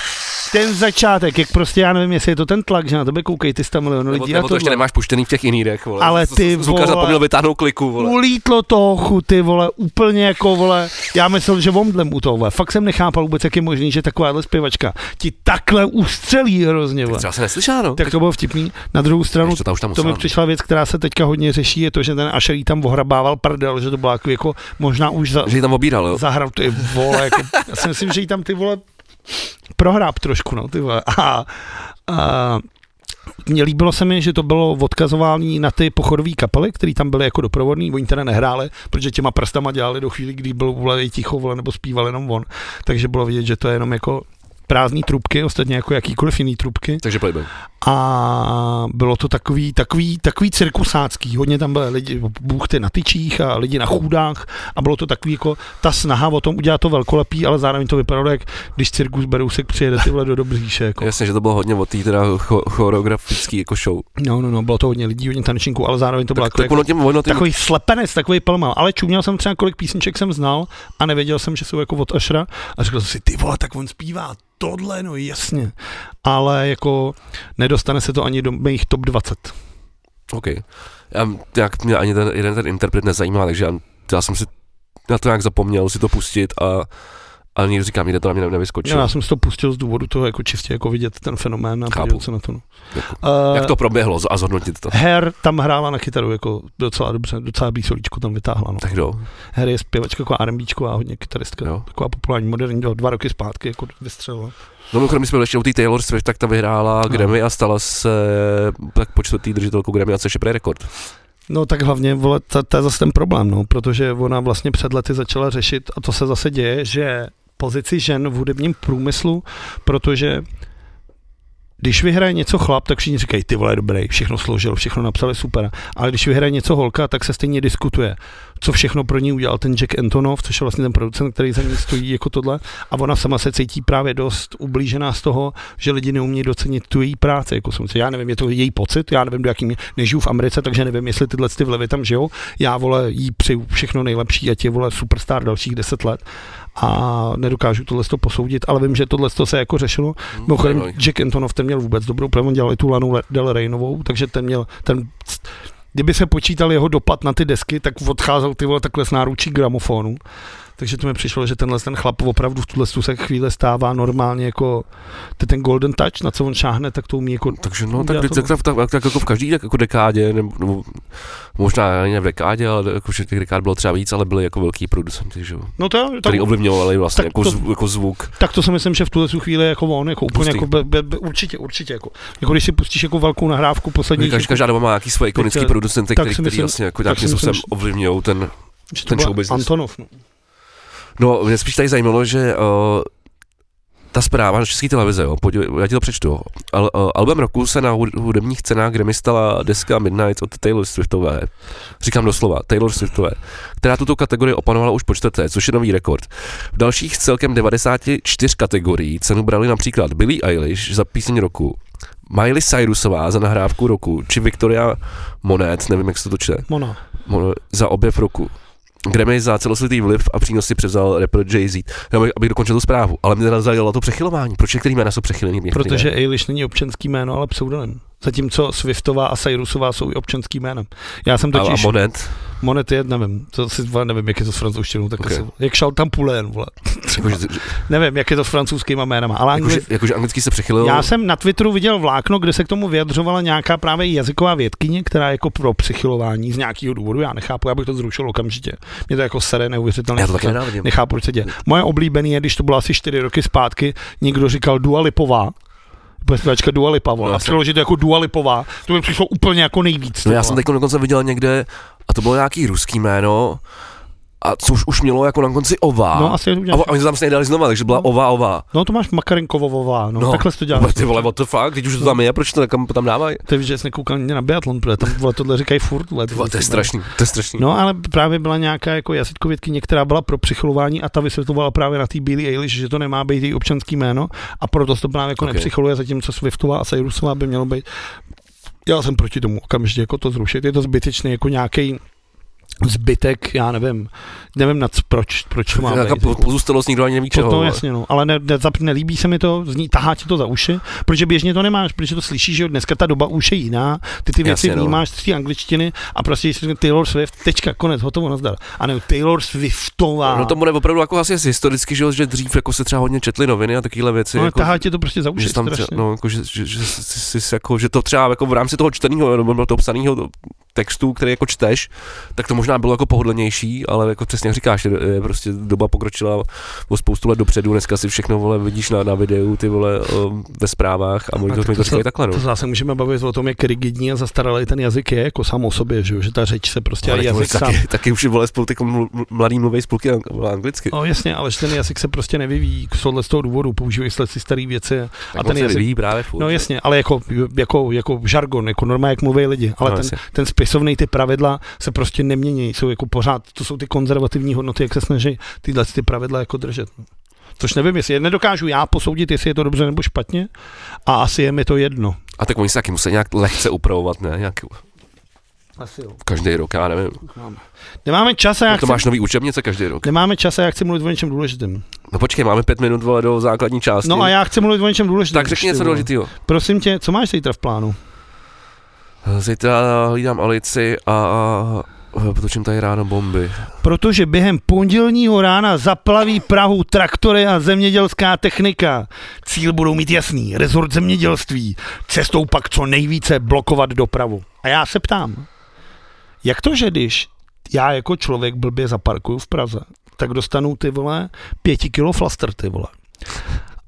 ten začátek, jak prostě, já nevím, jestli je to ten tlak, že na tebe koukej, ty tam milion
nebo,
lidí
nebo
a
to ještě
tohle.
nemáš puštěný v těch inírech, vole.
Ale ty
Zvukař
vole.
zapomněl vytáhnout kliku, vole.
Ulítlo to chuty, vole, úplně jako, vole, já myslel, že omdlem u toho, vole. Fakt jsem nechápal vůbec, jak je možný, že takováhle zpěvačka ti takhle ustřelí hrozně, vole.
Třeba se neslyšela, no.
Tak to bylo vtipný. Na druhou stranu,
Ještě ta už tam
to
musela,
mi přišla věc, která se teďka hodně řeší, je to, že ten Asher jí tam ohrabával prdel, že to bylo jako, jako možná už za,
no. Že ji tam obíral, jo.
zahrál ty vole, jako, já si myslím, že jí tam ty vole prohráb trošku, no ty vole. A, a mě líbilo se mi, že to bylo odkazování na ty pochodové kapely, které tam byly jako doprovodní, oni teda nehráli, protože těma prstama dělali do chvíli, kdy bylo vole ticho, vole, nebo zpíval jenom on. Takže bylo vidět, že to je jenom jako prázdní trubky, ostatně jako jakýkoliv jiný trubky.
Takže playback.
A bylo to takový, takový, takový cirkusácký, hodně tam byly lidi, buchty na tyčích a lidi na chůdách a bylo to takový jako ta snaha o tom udělat to velkolepý, ale zároveň to vypadalo jak když cirkus Berousek přijede tyhle do Dobříše. Jako.
Jasně, že to bylo hodně o té teda cho- choreografický jako show.
No, no, no, bylo to hodně lidí, hodně tanečníků, ale zároveň to bylo
Tak,
jako,
tak
jako
ono těm, ono těm
takový slepenec, takový pelmal, ale čuměl jsem třeba kolik písniček jsem znal a nevěděl jsem, že jsou jako od Ashra a řekl jsem si, ty vole, tak on zpívá tohle, no jasně, ale jako nedostane se to ani do mých top 20.
OK. Já, jak mě ani ten jeden ten interpret nezajímá, takže já, já jsem si na to nějak zapomněl si to pustit a a někdo říká, mě to na mě ne-
Jo, no,
nevyskočilo.
já jsem si to pustil z důvodu toho, jako čistě jako vidět ten fenomén a
Chápu.
podívat se na to. No.
Jako,
Uh,
Jak to proběhlo a zhodnotit to?
Her tam hrála na kytaru jako docela dobře, docela bý solíčko tam vytáhla. No.
Tak kdo?
Her je zpěvačka jako R&Bčko a hodně kytaristka.
Jo.
Taková populární moderní, jo, dva roky zpátky jako vystřelila.
No, mimochodem, když jsme byli ještě u té Taylor Swift, tak ta vyhrála
No.
Grammy a stala se tak po čtvrtý držitelkou Grammy a což je rekord.
No tak hlavně, vole, to, to je zase ten problém, no, protože ona vlastně před lety začala řešit, a to se zase děje, že pozici žen v hudebním průmyslu, protože když vyhraje něco chlap, tak všichni říkají, ty vole, dobrý, všechno složil, všechno napsali super. Ale když vyhraje něco holka, tak se stejně diskutuje, co všechno pro ní udělal ten Jack Antonov, což je vlastně ten producent, který za ní stojí jako tohle. A ona sama se cítí právě dost ublížená z toho, že lidi neumějí docenit tu její práci. Jako jsem si, já nevím, je to její pocit, já nevím, do jakým nežiju v Americe, takže nevím, jestli tyhle ty vlivy tam žijou. Já vole, jí přeju všechno nejlepší, ať je vole superstar dalších 10 let a nedokážu tohle to posoudit, ale vím, že tohle to se jako řešilo.
Hm,
Mimochodem,
zajímavý.
Jack Antonov ten měl vůbec dobrou, protože on dělal i tu Lanu Le- Del Reynovou, takže ten měl ten kdyby se počítal jeho dopad na ty desky, tak odcházel ty vole takhle s náručí gramofonu. Takže to mi přišlo, že tenhle ten chlap opravdu v tuhle se chvíle stává normálně jako ty ten golden touch, na co on šáhne, tak to umí jako
Takže no, tak,
Udělá
vždyť-
to-
tak, tak, tak, tak, jako v každý tak, jako dekádě, nebo, nebo možná ani ne v dekádě, ale jako všech těch dekád bylo třeba víc, ale byli jako velký producenti, že jo.
No to, tak,
který ovlivňovali vlastně
tak
jako,
to-
zvu, jako zvuk.
tak, to si myslím, že v tuhle chvíli jako on, jako úplně
Pustý.
jako be, be, be, určitě, určitě jako. Jako když si pustíš jako velkou nahrávku poslední,
Každá, každá doba má nějaký svoje ikonický
Teď,
producenty,
jako- tak si
který, který
myslím-
vlastně jako
tak
nějakým
si myslím,
způsobem ovlivňují ten...
že to
ten
byl
show business.
Antonov. No.
No, mě spíš tady zajímalo, že uh, ta zpráva na české televize, jo, podívej, já ti to přečtu. jo. Al, uh, album roku se na hud- hudebních cenách Grammy stala deska Midnight od Taylor Swiftové. Říkám doslova, Taylor Swiftové, která tuto kategorii opanovala už po čtvrté, což je nový rekord. V dalších celkem 94 kategorií cenu brali například Billie Eilish za píseň roku, Miley Cyrusová za nahrávku roku, či Victoria Monet, nevím, jak se to čte,
Mona.
Mo- za objev roku. Grammy za celosvětý vliv a přínos si převzal rapper Jay-Z. Jenom abych dokončil tu zprávu, ale mě teda zajímalo to přechylování. Proč některý jména jsou přechylení? některý
Protože Eilish není občanský jméno, ale pseudonym. Zatímco Swiftová a Cyrusová jsou i občanský jménem. Já jsem
ne? a, a
totiž...
Monet,
Monet je, nevím, to si vole, nevím, jak je to s francouzštinou, tak
Ok.
okay. jak šel tam pulén, vole.
jakože,
Nevím, jak je to s francouzskýma jménama, ale angli...
jakože, jakože anglicky se přechylil.
Já jsem na Twitteru viděl vlákno, kde se k tomu vyjadřovala nějaká právě jazyková vědkyně, která jako pro přichylování z nějakého důvodu, já nechápu, já bych to zrušil okamžitě. Mě to jako sere neuvěřitelně.
já to taky nenávidím.
Nechápu, proč se děje. Moje oblíbený je, když to bylo asi 4 roky zpátky, někdo říkal Dualipová, Pesnička Dualipa, vole.
No,
a
jasně.
přeložit jako Dualipová, to mi přišlo úplně jako nejvíc.
No
ty
já
vole.
jsem teď dokonce viděl někde, a to bylo nějaký ruský jméno, a což už mělo jako na konci ova.
No, asi je to
a
udělal.
oni to tam stejně dali znova, takže byla
No.
ova, ova.
No to máš Makarenkovovová, no,
No.
no. takhle jsi to dělá.
Ale ty vole, what the fuck, teď už to tam je, proč to tam, tam dávají?
Ty víš, že jsi nekoukal nikdy na biatlon, protože tam vole, tohle říkají furt. Vole,
Ty vole, to je strašný, to je strašný.
No ale právě byla nějaká jako jazykovědky, některá byla pro přichylování a ta vysvětlovala právě na té Billy Eilish, že to nemá být její občanský jméno a proto se to právě jako
Ok.
okay. nepřichyluje, zatímco Swiftová a Cyrusová by mělo být. Já jsem proti tomu okamžitě jako to zrušit, je to zbytečný jako nějaký zbytek, já nevím, nevím nad proč, proč to
to je
má
nějaká
být. jako-
po- pozůstalost, nikdo ani neví čeho.
Potom,
vole.
jasně, no. Ale ne, ne, zap- nelíbí se mi to, zní, tahá ti to za uši, protože běžně to nemáš, protože to slyšíš, že jo, dneska ta doba už je jiná, ty ty věci
Jasně, no.
jasně, vnímáš z té angličtiny a prostě když si řekne Taylor Swift, tečka, konec, hotovo, nazdar. A ne, Taylor Swiftová.
No to bude opravdu jako asi historicky, že, jo, že dřív jako se třeba hodně četly noviny a takovéhle věci.
no, ale
jako,
tahá tě to prostě za uši,
že, tam třeba,
strašně.
no, jako, že, že, že, si, si, jako, že to třeba jako v rámci toho čteného nebo toho psaného textu, který jako čteš, tak to možná bylo jako pohodlnější, ale jako přesně jak říkáš, je, je prostě doba pokročila o spoustu let dopředu, dneska si všechno vole vidíš na, na videu, ty vole um, ve zprávách a
A
možná to,
tak
to, to
to
říkají
se-
takhle, no.
To zase můžeme bavit o tom, jak rigidní a zastaralý ten jazyk je, jako sám o sobě, že, jo, že ta řeč se prostě a
No, Ale ty vole,
jazyk sám.
taky, taky, už vole spolu, jako mlu- mladý mluví spolu anglicky.
No jasně, ale že ten jazyk se prostě nevyvíjí k tohle z toho důvodu, používají se ty staré věci
Tak
a
on
ten
se
jazyk
vyvíjí právě furt.
No
že?
jasně, ale jako, jako, jako žargon, jako normálně jak mluví lidi, ale
No,
no, ten,
jasně.
ten spisovný ty pravidla se prostě nemění, jsou jako pořád, to jsou ty konzervativní hodnoty, jak se snaží tyhle ty pravidla jako držet. no. Což nevím, jestli je, nedokážu já posoudit, jestli je to dobře nebo špatně a asi je mi to jedno.
A tak oni se taky musí nějak lehce upravovat, ne? Nějak
Asi jo.
každý rok, já nevím.
Nemáme čas a já
Jak No to
chci,
máš nový učebnice každý rok.
nemáme čas a já chci mluvit o něčem důležitém.
No počkej, máme pět minut vole do základní části.
No a já chci mluvit o něčem důležitém.
Tak řekni
Ty
něco
vole.
důležitého.
Prosím tě, co máš zítra v plánu?
Zítra hlídám Alici a, a a potočím tady ráno bomby.
Protože během pondělního rána zaplaví Prahu traktory a zemědělská technika. Cíl budou mít jasný, rezort zemědělství. Cestou pak co nejvíce blokovat dopravu. A já se ptám, jak to, že když já jako člověk blbě zaparkuju v Praze, tak dostanu ty vole pěti kilo flaster ty vole.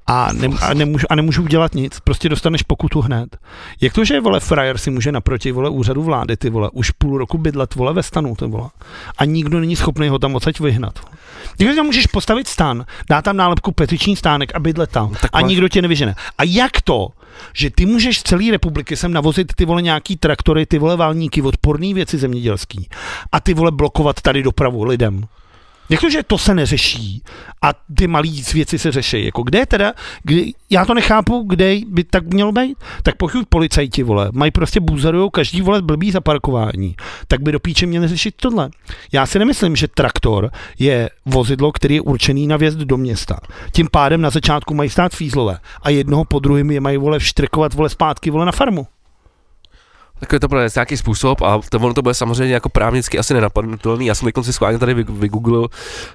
A, ne, a, nemůžu, a nemůžu udělat nic, prostě dostaneš pokutu hned. Jak to, že vole frajer si může naproti vole úřadu vlády ty vole, už půl roku bydlet vole ve stanu ty vole a nikdo není schopný ho tam odsaď vyhnat. Když tam můžeš postavit stan, dá tam nálepku petiční stánek a bydle tam
tak
a
máš-
nikdo tě nevyžene. A jak to, že ty můžeš z celé republiky sem navozit ty vole nějaký traktory, ty vole válníky, odporné věci zemědělský a ty vole blokovat tady dopravu lidem. Jak to, že to se neřeší a ty malý věci se řeší? Jako kde je teda, kdy, já to nechápu, kde by tak mělo být? Tak pokud policajti, vole, mají prostě buzerujou každý, vole, blbý zaparkování, tak by do píče měli řešit tohle. Já si nemyslím, že traktor je vozidlo, který je určený na vjezd do města. Tím pádem na začátku mají stát fízlové a jednoho po druhém je mají, vole, vštrkovat, vole, zpátky, vole, na farmu.
Tak je to bude nějaký způsob a to, ono to bude samozřejmě jako právnicky asi nenapadnutelný. Já jsem teď si schválně tady vyg- vygooglil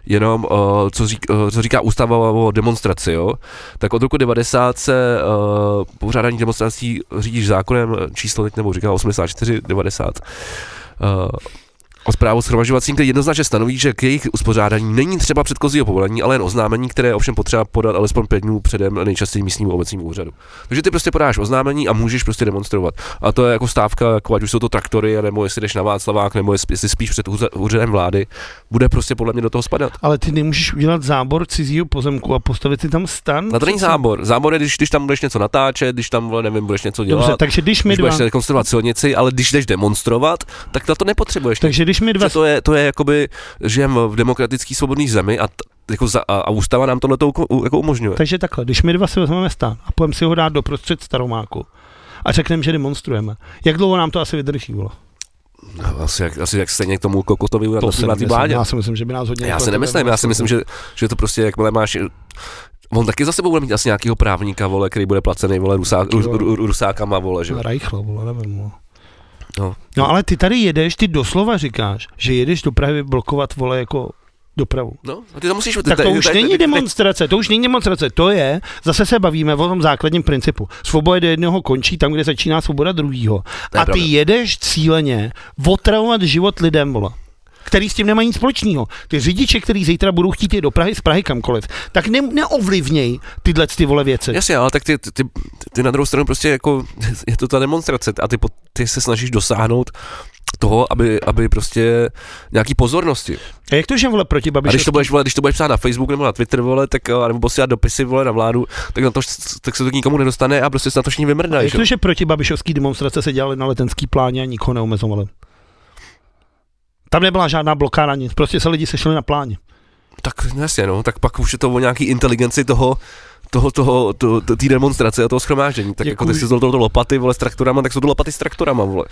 jenom, uh, co, řík, uh, co říká ústava o demonstraci, jo. Tak od roku 90 se uh, pořádání demonstrací řídíš zákonem eh, číslo teď nebo říká 84, 90. Uh, O zprávu shromažovacím, který jednoznačně stanoví, že k jejich uspořádání není třeba předchozího povolení, ale jen oznámení, které je ovšem potřeba podat alespoň pět dnů předem nejčastěji místnímu obecnímu úřadu. Takže ty prostě podáš oznámení a můžeš prostě demonstrovat. A to je jako stávka, jako ať už jsou to traktory, nebo jestli jdeš na Václavák, nebo jest- jestli spíš před úřa- úřadem vlády, bude prostě podle mě do toho spadat.
Ale ty nemůžeš udělat zábor cizího pozemku a postavit si tam stan?
Na No to není zábor. Zábor je, když, když tam budeš něco natáčet, když tam, vole, nevím, budeš něco dělat.
Dobře, takže když my
když
dva...
budeš rekonstruovat silnici, ale když jdeš demonstrovat, tak na to nepotřebuješ.
Takže když my dva
Že to je, to je jakoby, žijeme v demokratický svobodný zemi a, t, jako za, a, a ústava nám tohle jako umožňuje.
Takže takhle, když my dva si vezmeme stan a půjdeme si ho dát do prostřed staromáku a řekneme, že demonstrujeme, jak dlouho nám to asi vydrží? Vole?
No, asi, jak, asi jak stejně k tomu kokotovi na
To
té
si
na té
nemyslím,
bládě.
já si myslím, že by nás hodně...
Já si
jako-
nemyslím, já si myslím, že, že to prostě, jakmile máš On taky za sebou bude mít asi nějakého právníka, vole, který bude placený, vole, rusá,
Jo.
ru, ru, ru, rusákama, vole, že? jo.
Rajchlo, vole, nevím. vole.
No.
no ale ty tady jedeš, ty doslova říkáš, že jedeš do Prahy blokovat, vole, jako dopravu.
No, a ty to musíš... Ty,
Tak to
ty-
už
ty-
není
ty- ty-
demonstrace, to už není demonstrace, to je, zase se bavíme o tom základním principu. Svoboda jednoho končí tam, kde začíná svoboda druhého.
To je
A ty
pravda.
jedeš cíleně otravovat život lidem, vole, který s tím nemá nic společného. Ty řidiče, který zítra budou chtít jít do Prahy, z Prahy kamkoliv, tak ne, neovlivněj tyhle ty vole věci.
Jasně, ale tak ty, ty, ty, ty na druhou stranu prostě jako, je to ta demonstrace a ty, po- ty se snažíš dosáhnout toho, aby, aby prostě nějaký pozornosti.
A jak to, že vole proti
A když to,
Babišovský?
budeš, vole, když to budeš psát na Facebook nebo na Twitter, vole, tak, eh, nebo posílat dopisy, vole, na vládu, tak, na to, tak se to k nikomu nedostane a prostě se na to všichni
A
vymrdají.
jak
že jo.
to, že proti Babišovský demonstrace se dělaly na letenský pláně a nikoho neomezovali? Tam nebyla žádná blokáda, nic. Prostě se lidi sešli na pláně.
Tak no jasně, no, tak pak už je to o nějaký inteligenci toho, toho, toho, to, to, té demonstrace a toho schromáždění. Tak jako
Děkuji.
ty si to, to, to lopaty, vole, s traktorama, tak jsou to lopaty s traktorama, vole.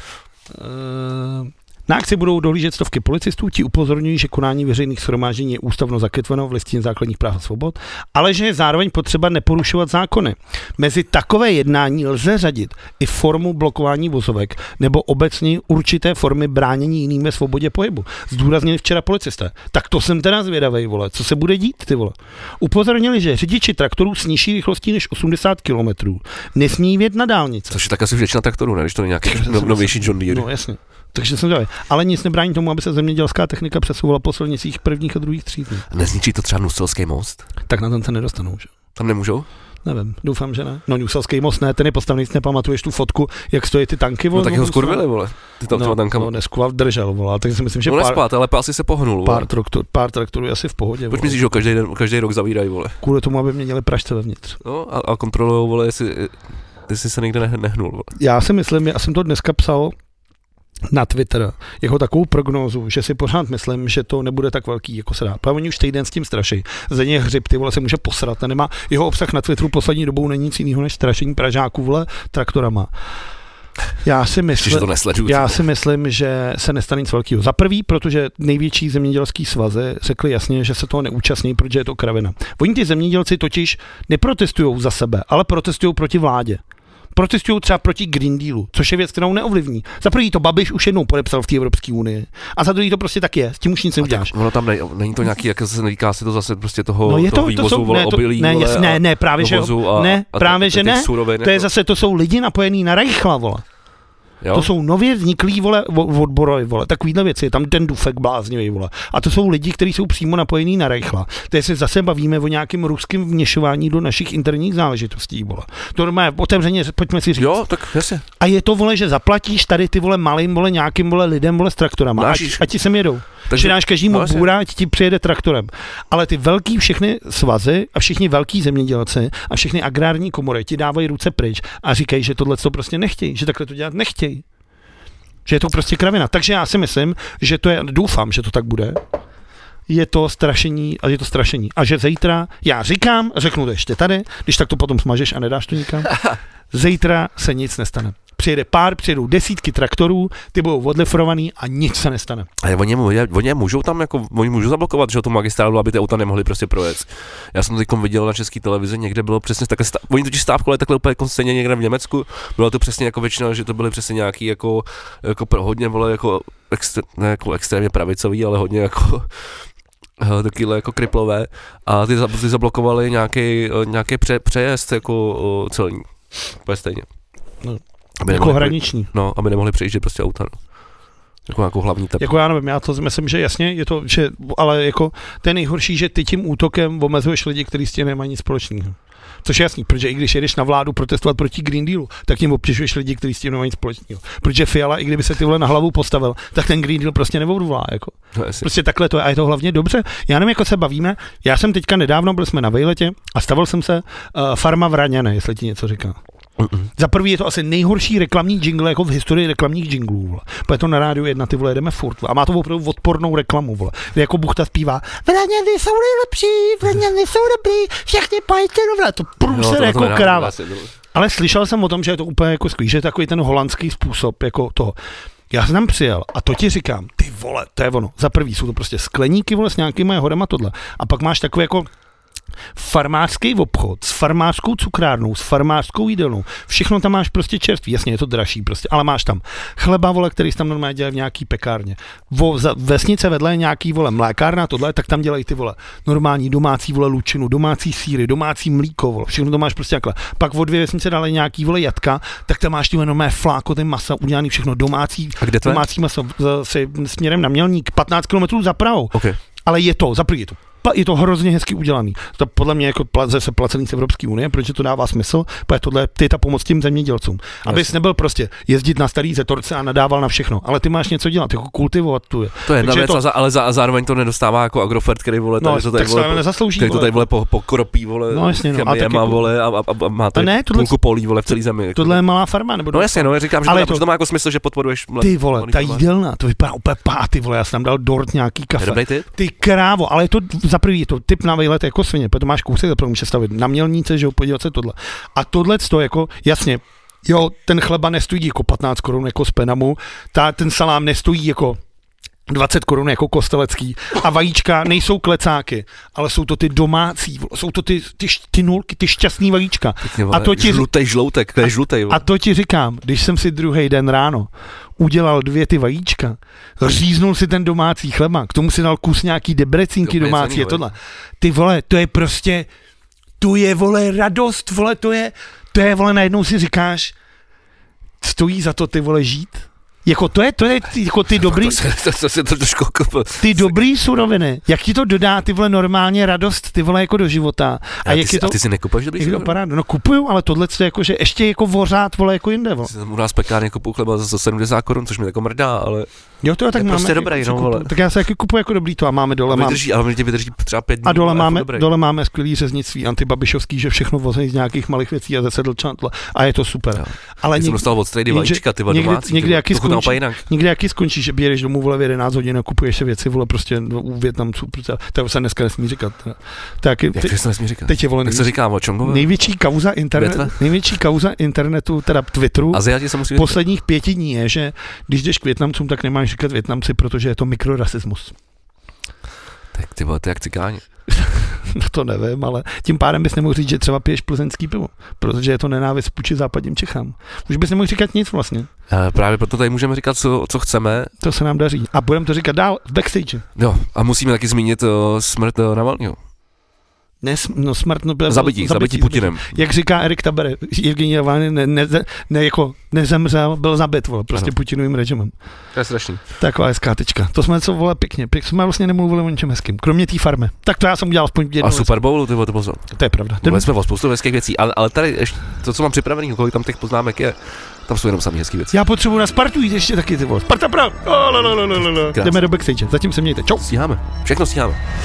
Eh, Na akci budou dohlížet stovky policistů, ti upozorňují, že konání veřejných shromáždění je ústavno zakotveno v listině základních práv a svobod, ale že je zároveň potřeba neporušovat zákony. Mezi takové jednání lze řadit i formu blokování vozovek nebo obecně určité formy bránění jiným ve svobodě pohybu. Zdůraznili včera policisté. Tak to jsem teda zvědavej, vole, co se bude dít, ty vole. Upozornili, že řidiči traktorů s nižší rychlostí než 80 km nesmí jít na dálnici.
Což je tak asi většina traktorů, ne? Když to není nějaký
Takže
no,
jsem-
novější John Deere.
No jasně. Takže jsem dělal. Ale nic nebrání tomu, aby se zemědělská technika přesouvala po silnicích prvních a druhých tříd. ne?
A nezničí to třeba Nuselský most?
Tak na ten se nedostanou, že?
Tam nemůžou?
Nevím, doufám, že ne. No, Nuselský most ne, ten je postavený, si nepamatuješ tu fotku, jak stojí ty tanky.
No
vole,
tak
no,
jeho
Brusle?
skurvili, vole. Ty tam
no,
no, tankama.
no, neskuval, držel, volá, takže si myslím, že
No,
pár,
nespát, ale asi se pohnul, vole.
pár, traktor, pár traktorů je asi v pohodě.
Proč
vole.
myslíš, že ho každý, den, každý rok zavírají, vole?
Kvůli tomu, aby měnili pražce vevnitř.
No a, a kontrolují, vole, jestli, jestli se někde ne- nehnul, vole.
Já si myslím, já jsem to dneska psal na Twitter jako takovou prognózu, že si pořád myslím, že to nebude tak velký, jako se dá. Právě oni už týden s tím straší. Za ně hřib, ty vole, se může posrat. Ten nemá, jeho obsah na Twitteru poslední dobou není nic jiného než strašení Pražáků, vole, traktorama. Já si
Ještě, že to
myslím,
nesleduju.
já si myslím, že se nestane nic velkého. Za prvý, protože největší zemědělský svazy řekli jasně, že se toho neúčastní, protože je to kravina. Oni ty zemědělci totiž neprotestují za sebe, ale protestují proti vládě. Protestují třeba proti Green Dealu, což je věc, kterou neovlivní. Za prvý to Babiš už jednou podepsal v té Evropské unii. A za druhý to prostě tak je, s tím už nic
A
neuděláš.
tak, ono tam ne, není to nějaký, jak se říká si to zase prostě toho,
No je
toho
to,
vývozu,
to jsou,
vole,
ne, to,
obilí,
ne,
vole,
jas,
a
ne, ne, právě že, jo.
dovozu a,
ne,
a
právě, že
těch
ne.
Surovin,
to je
jako,
zase, to jsou lidi napojený na Reichla, vole.
jo?
To jsou nově vzniklí vole, vo- odboroj, vole, takovýhle věci, je tam ten dufek bláznivý, vole. A to jsou lidi, kteří jsou přímo napojení na Reichla. Tady se zase bavíme o nějakém ruském vněšování do našich interních záležitostí, vole. To normálně, otevřeně, ř- pojďme si říct.
Jo, tak jasně.
A je to, vole, že zaplatíš tady ty, vole, malým, vole, nějakým, vole, lidem, vole, s traktorama. Ať,
Dášíš-
ať ti sem jedou. Takže
Takže
dáš každému
no, jasně.
bůra, ať ti přijede traktorem. Ale ty velký všechny svazy a všichni velký zemědělci a všechny agrární komory ti dávají ruce pryč a říkají, že tohle to prostě nechtějí, že takhle to dělat nechtějí. Že je to prostě kravina. Takže já si myslím, že to je, doufám, že to tak bude, je to strašení a je to strašení. A že zítra, já říkám, řeknu to ještě tady, když tak to potom smažeš a nedáš to nikam, zítra se nic nestane. Přijede pár, přijedou desítky traktorů, ty budou odlifrovaný a nic se nestane.
Ale oni, mu- je- oni je můžou tam jako, oni můžou zablokovat, že jo, tu magistrálu, aby ty auta nemohly prostě projet. Já jsem teď viděl na české televizi, někde bylo přesně takhle, stá- oni totiž stávkovali takhle úplně jako stejně někde v Německu, bylo to přesně jako většina, že to byly přesně nějaký jako, jako pro hodně bylo jako, extr, ne jako extrémně pravicový, ale hodně jako eh, takovýhle jako kriplové a ty, za- ty zablokovali nějaký, eh, nějaký pře, přejezd jako eh, celní, úplně stejně.
No.
Aby
Jako
nemohli,
hraniční.
no, aby nemohli přejíždět prostě auta, no. Jako nějakou hlavní tep.
Jako já nevím, já to myslím, že jasně, je to, že, ale jako to je nejhorší, že ty tím útokem omezuješ lidi, kteří s tím nemají nic společného. Což je jasný, protože i když jedeš na vládu protestovat proti Green Dealu, tak tím obtěžuješ lidi, kteří s tím nemají nic společného. Protože Fiala, i kdyby se ty vole na hlavu postavil, tak ten Green Deal prostě neodvolá. Jako.
No, jasně.
Prostě takhle to je a je to hlavně dobře. Já nevím, jako se bavíme. Já jsem teďka nedávno, byl jsme na vejletě a stavil jsem se uh, Farma v Raněné, jestli ti něco říká.
Mm-mm.
Za prvý je to asi nejhorší reklamní jingle jako v historii reklamních jinglů. Vole. Protože to na rádiu jedna, ty vole, jedeme furt. vole. A má to opravdu odpornou reklamu, vole. Kde jako buchta zpívá, vraněny jsou nejlepší, vraněny jsou dobrý, všechny pajky dobré. To
Jo,
průser
to- to
jako
nedá-
kráva.
nedá se-
Ale slyšel jsem o tom, že je to úplně jako skvělý, že je takový ten holandský způsob jako toho. Já jsem tam přijel a to ti říkám, ty vole, to je ono. Za prvý jsou to prostě skleníky vole s nějakýma horema tohle. A pak máš takový jako farmářský obchod s farmářskou cukrárnou, s farmářskou jídelnou. Všechno tam máš prostě čerstvý. Jasně, je to dražší prostě, ale máš tam chleba, vole, který jsi tam normálně dělají v nějaký pekárně. Vo, za, vesnice vedle je nějaký, vole, mlékárna, tohle, tak tam dělají ty, vole, normální domácí, vole, lučinu, domácí síry, domácí mlíko, vole, všechno to máš prostě takhle. Pak o dvě vesnice dále nějaký, vole, jatka, tak tam máš ty vole, normé fláko, ty masa, udělaný všechno domácí,
A kde to je?
domácí maso zase směrem na Mělník, 15 km za Prahou
OK.
ale je to, za prvý je to pa- je to hrozně hezky udělaný. To podle mě jako pla- zase placený z Evropské unie, protože to dává smysl, protože tohle ty ta pomoc těm zemědělcům. Abys nebyl prostě jezdit na starý zetorce a nadával na všechno, ale ty máš něco dělat, jako kultivovat tu. je.
To je jedna
Takže
věc,
to-
to... za, ale za, a zároveň to nedostává jako Agrofert, který vole, tady,
No,
to tady
tak se ale
vole, po,
nezaslouží.
který to
vole.
tady vole po, pokropí vole,
No, jasně, no. A
a
tak jako-
vole, a, a, a má
A
tady
ne, tohle-
půlku polí vole v celý zemi. jako.
Tohle je malá farma, nebo
No jasně, no, já říkám, že,
Ale
to,
to-
to... že to má jako smysl, že podporuješ mle...
ty vole,
malý
ta
farmář.
jídelna, to vypadá úplně páty, vole, já jsem tam dal dort nějaký
To je
kafe.
Dobrý tip?
Ty krávo, ale je to za prvý je to typ na vejlet jako svině, protože máš kousek, za prvý můžeš stavit na mělnice, že jo, podívat se tohle. A tohle to jako, jasně, jo, ten chleba nestojí jako 15 korun jako z penamu, ta, ten salám nestojí jako 20 korun jako kostelecký a vajíčka nejsou klecáky, ale jsou to ty domácí, vole, jsou to ty, ty, š- ty nulky, ty šťastný vajíčka.
Pěkně, vole,
A to ti-
Žlutej žloutek, to je žlutej. vole.
A to ti říkám, když jsem si druhý den ráno udělal dvě ty vajíčka, říznul si ten domácí chleba, k tomu si dal kus nějaký debrecínky
To je
domácí, je
cený,
tohle. Ty vole, to je prostě, tu je vole radost, vole, to je, to je vole, najednou si říkáš, stojí za to ty vole žít? Jako to je, to je ty- jako ty dobrý,
To se, to, to, se to trošku jako-
ty dobrý suroviny. Jak ti to dodá ty vole normálně radost, ty vole jako do života. A,
a, ty,
jak
si,
je to,
a ty si nekupuješ dobrý
jak je to
surovinu?
paráda. No kupuju, ale tohle je jako, že ještě jako vořát, vole, jako jinde, vole.
Jsem U nás pekárně koupil chleba za 70 korun, což mi jako mrdá, ale
Jo, to já tak
Je
máme.
prostě dobrý,
jako
no,
kupu-
vole.
Tak já se taky kupuji jako dobrý to a máme dole.
ale
Mám,
vydrží, ale mě tě vydrží třeba pět dní.
a dole
ale je
máme,
fakt jako dobrý.
dole máme skvělý řeznictví antibabišovský, že všechno vozí z nějakých malých věcí a zasedl čantla. A je to super.
Jo. prostě-
Ale
Já jsem
někdy,
dostal od strejdy
někdy-
vajíčka, ty vole,
někdy-
domácí.
někdy
ty vole,
jaký
to chutná
skončí-
úplně jinak.
někdy jaký skončí, že běžeš domů vole v 11 hodin a kupuješ si věci vole prostě u Větnamců. Prostě, to se dneska nesmí říkat. Teda. Tak,
Jak
te,
to se nesmí říkat?
teď je vole
Tak se
největší,
říká o čongové.
největší, kauza internetu,
Větve?
největší kauza internetu, teda Twitteru,
Aziati se musí...
posledních pěti dní je, že když jdeš k Větnamcům, tak nemáš říkat Větnamci, protože je to mikrorasismus.
Tak ty vole, to je jak cikáni.
No to nevím, ale tím pádem bys nemohl říct, že třeba piješ plzeňský pivo, protože je to nenávist vůči západním Čechám. Už bys nemohl říkat nic vlastně.
Eh, Právě proto tady můžeme říkat, co, co chceme.
To se nám daří. A budeme to říkat dál v backstage.
Jo, a musíme taky zmínit eh, smrt eh, Navalního.
Ne, sm- no smrt, no,
Zabití, zabití Putinem.
Jak říká Erik Tabere, Evgeni Lavany ne, ne, ne, jako nezemřel, byl zabit, vole, prostě
Ano.
Putinovým režimem.
To je strašný.
Taková hezká tečka. To jsme co vole pěkně, pěkně jsme vlastně nemluvili o ničem hezkým, kromě té farmy. Tak to já jsem udělal aspoň jednu
A
věc.
Super Bowlu, ty vole, to bylo
To je pravda. Ten,
Mluvili jsme o spoustu hezkých věcí, ale, ale tady ještě, to, co mám připravený, kolik tam těch poznámek je, tam jsou jenom samý hezký věci.
já potřebuji na Spartu jít ještě taky ty vole. Sparta prav! Oh, la, la, la, la, la.
Krásný.
Jdeme do backstage. Zatím se mějte. Čau.
Stíháme, všechno stíháme.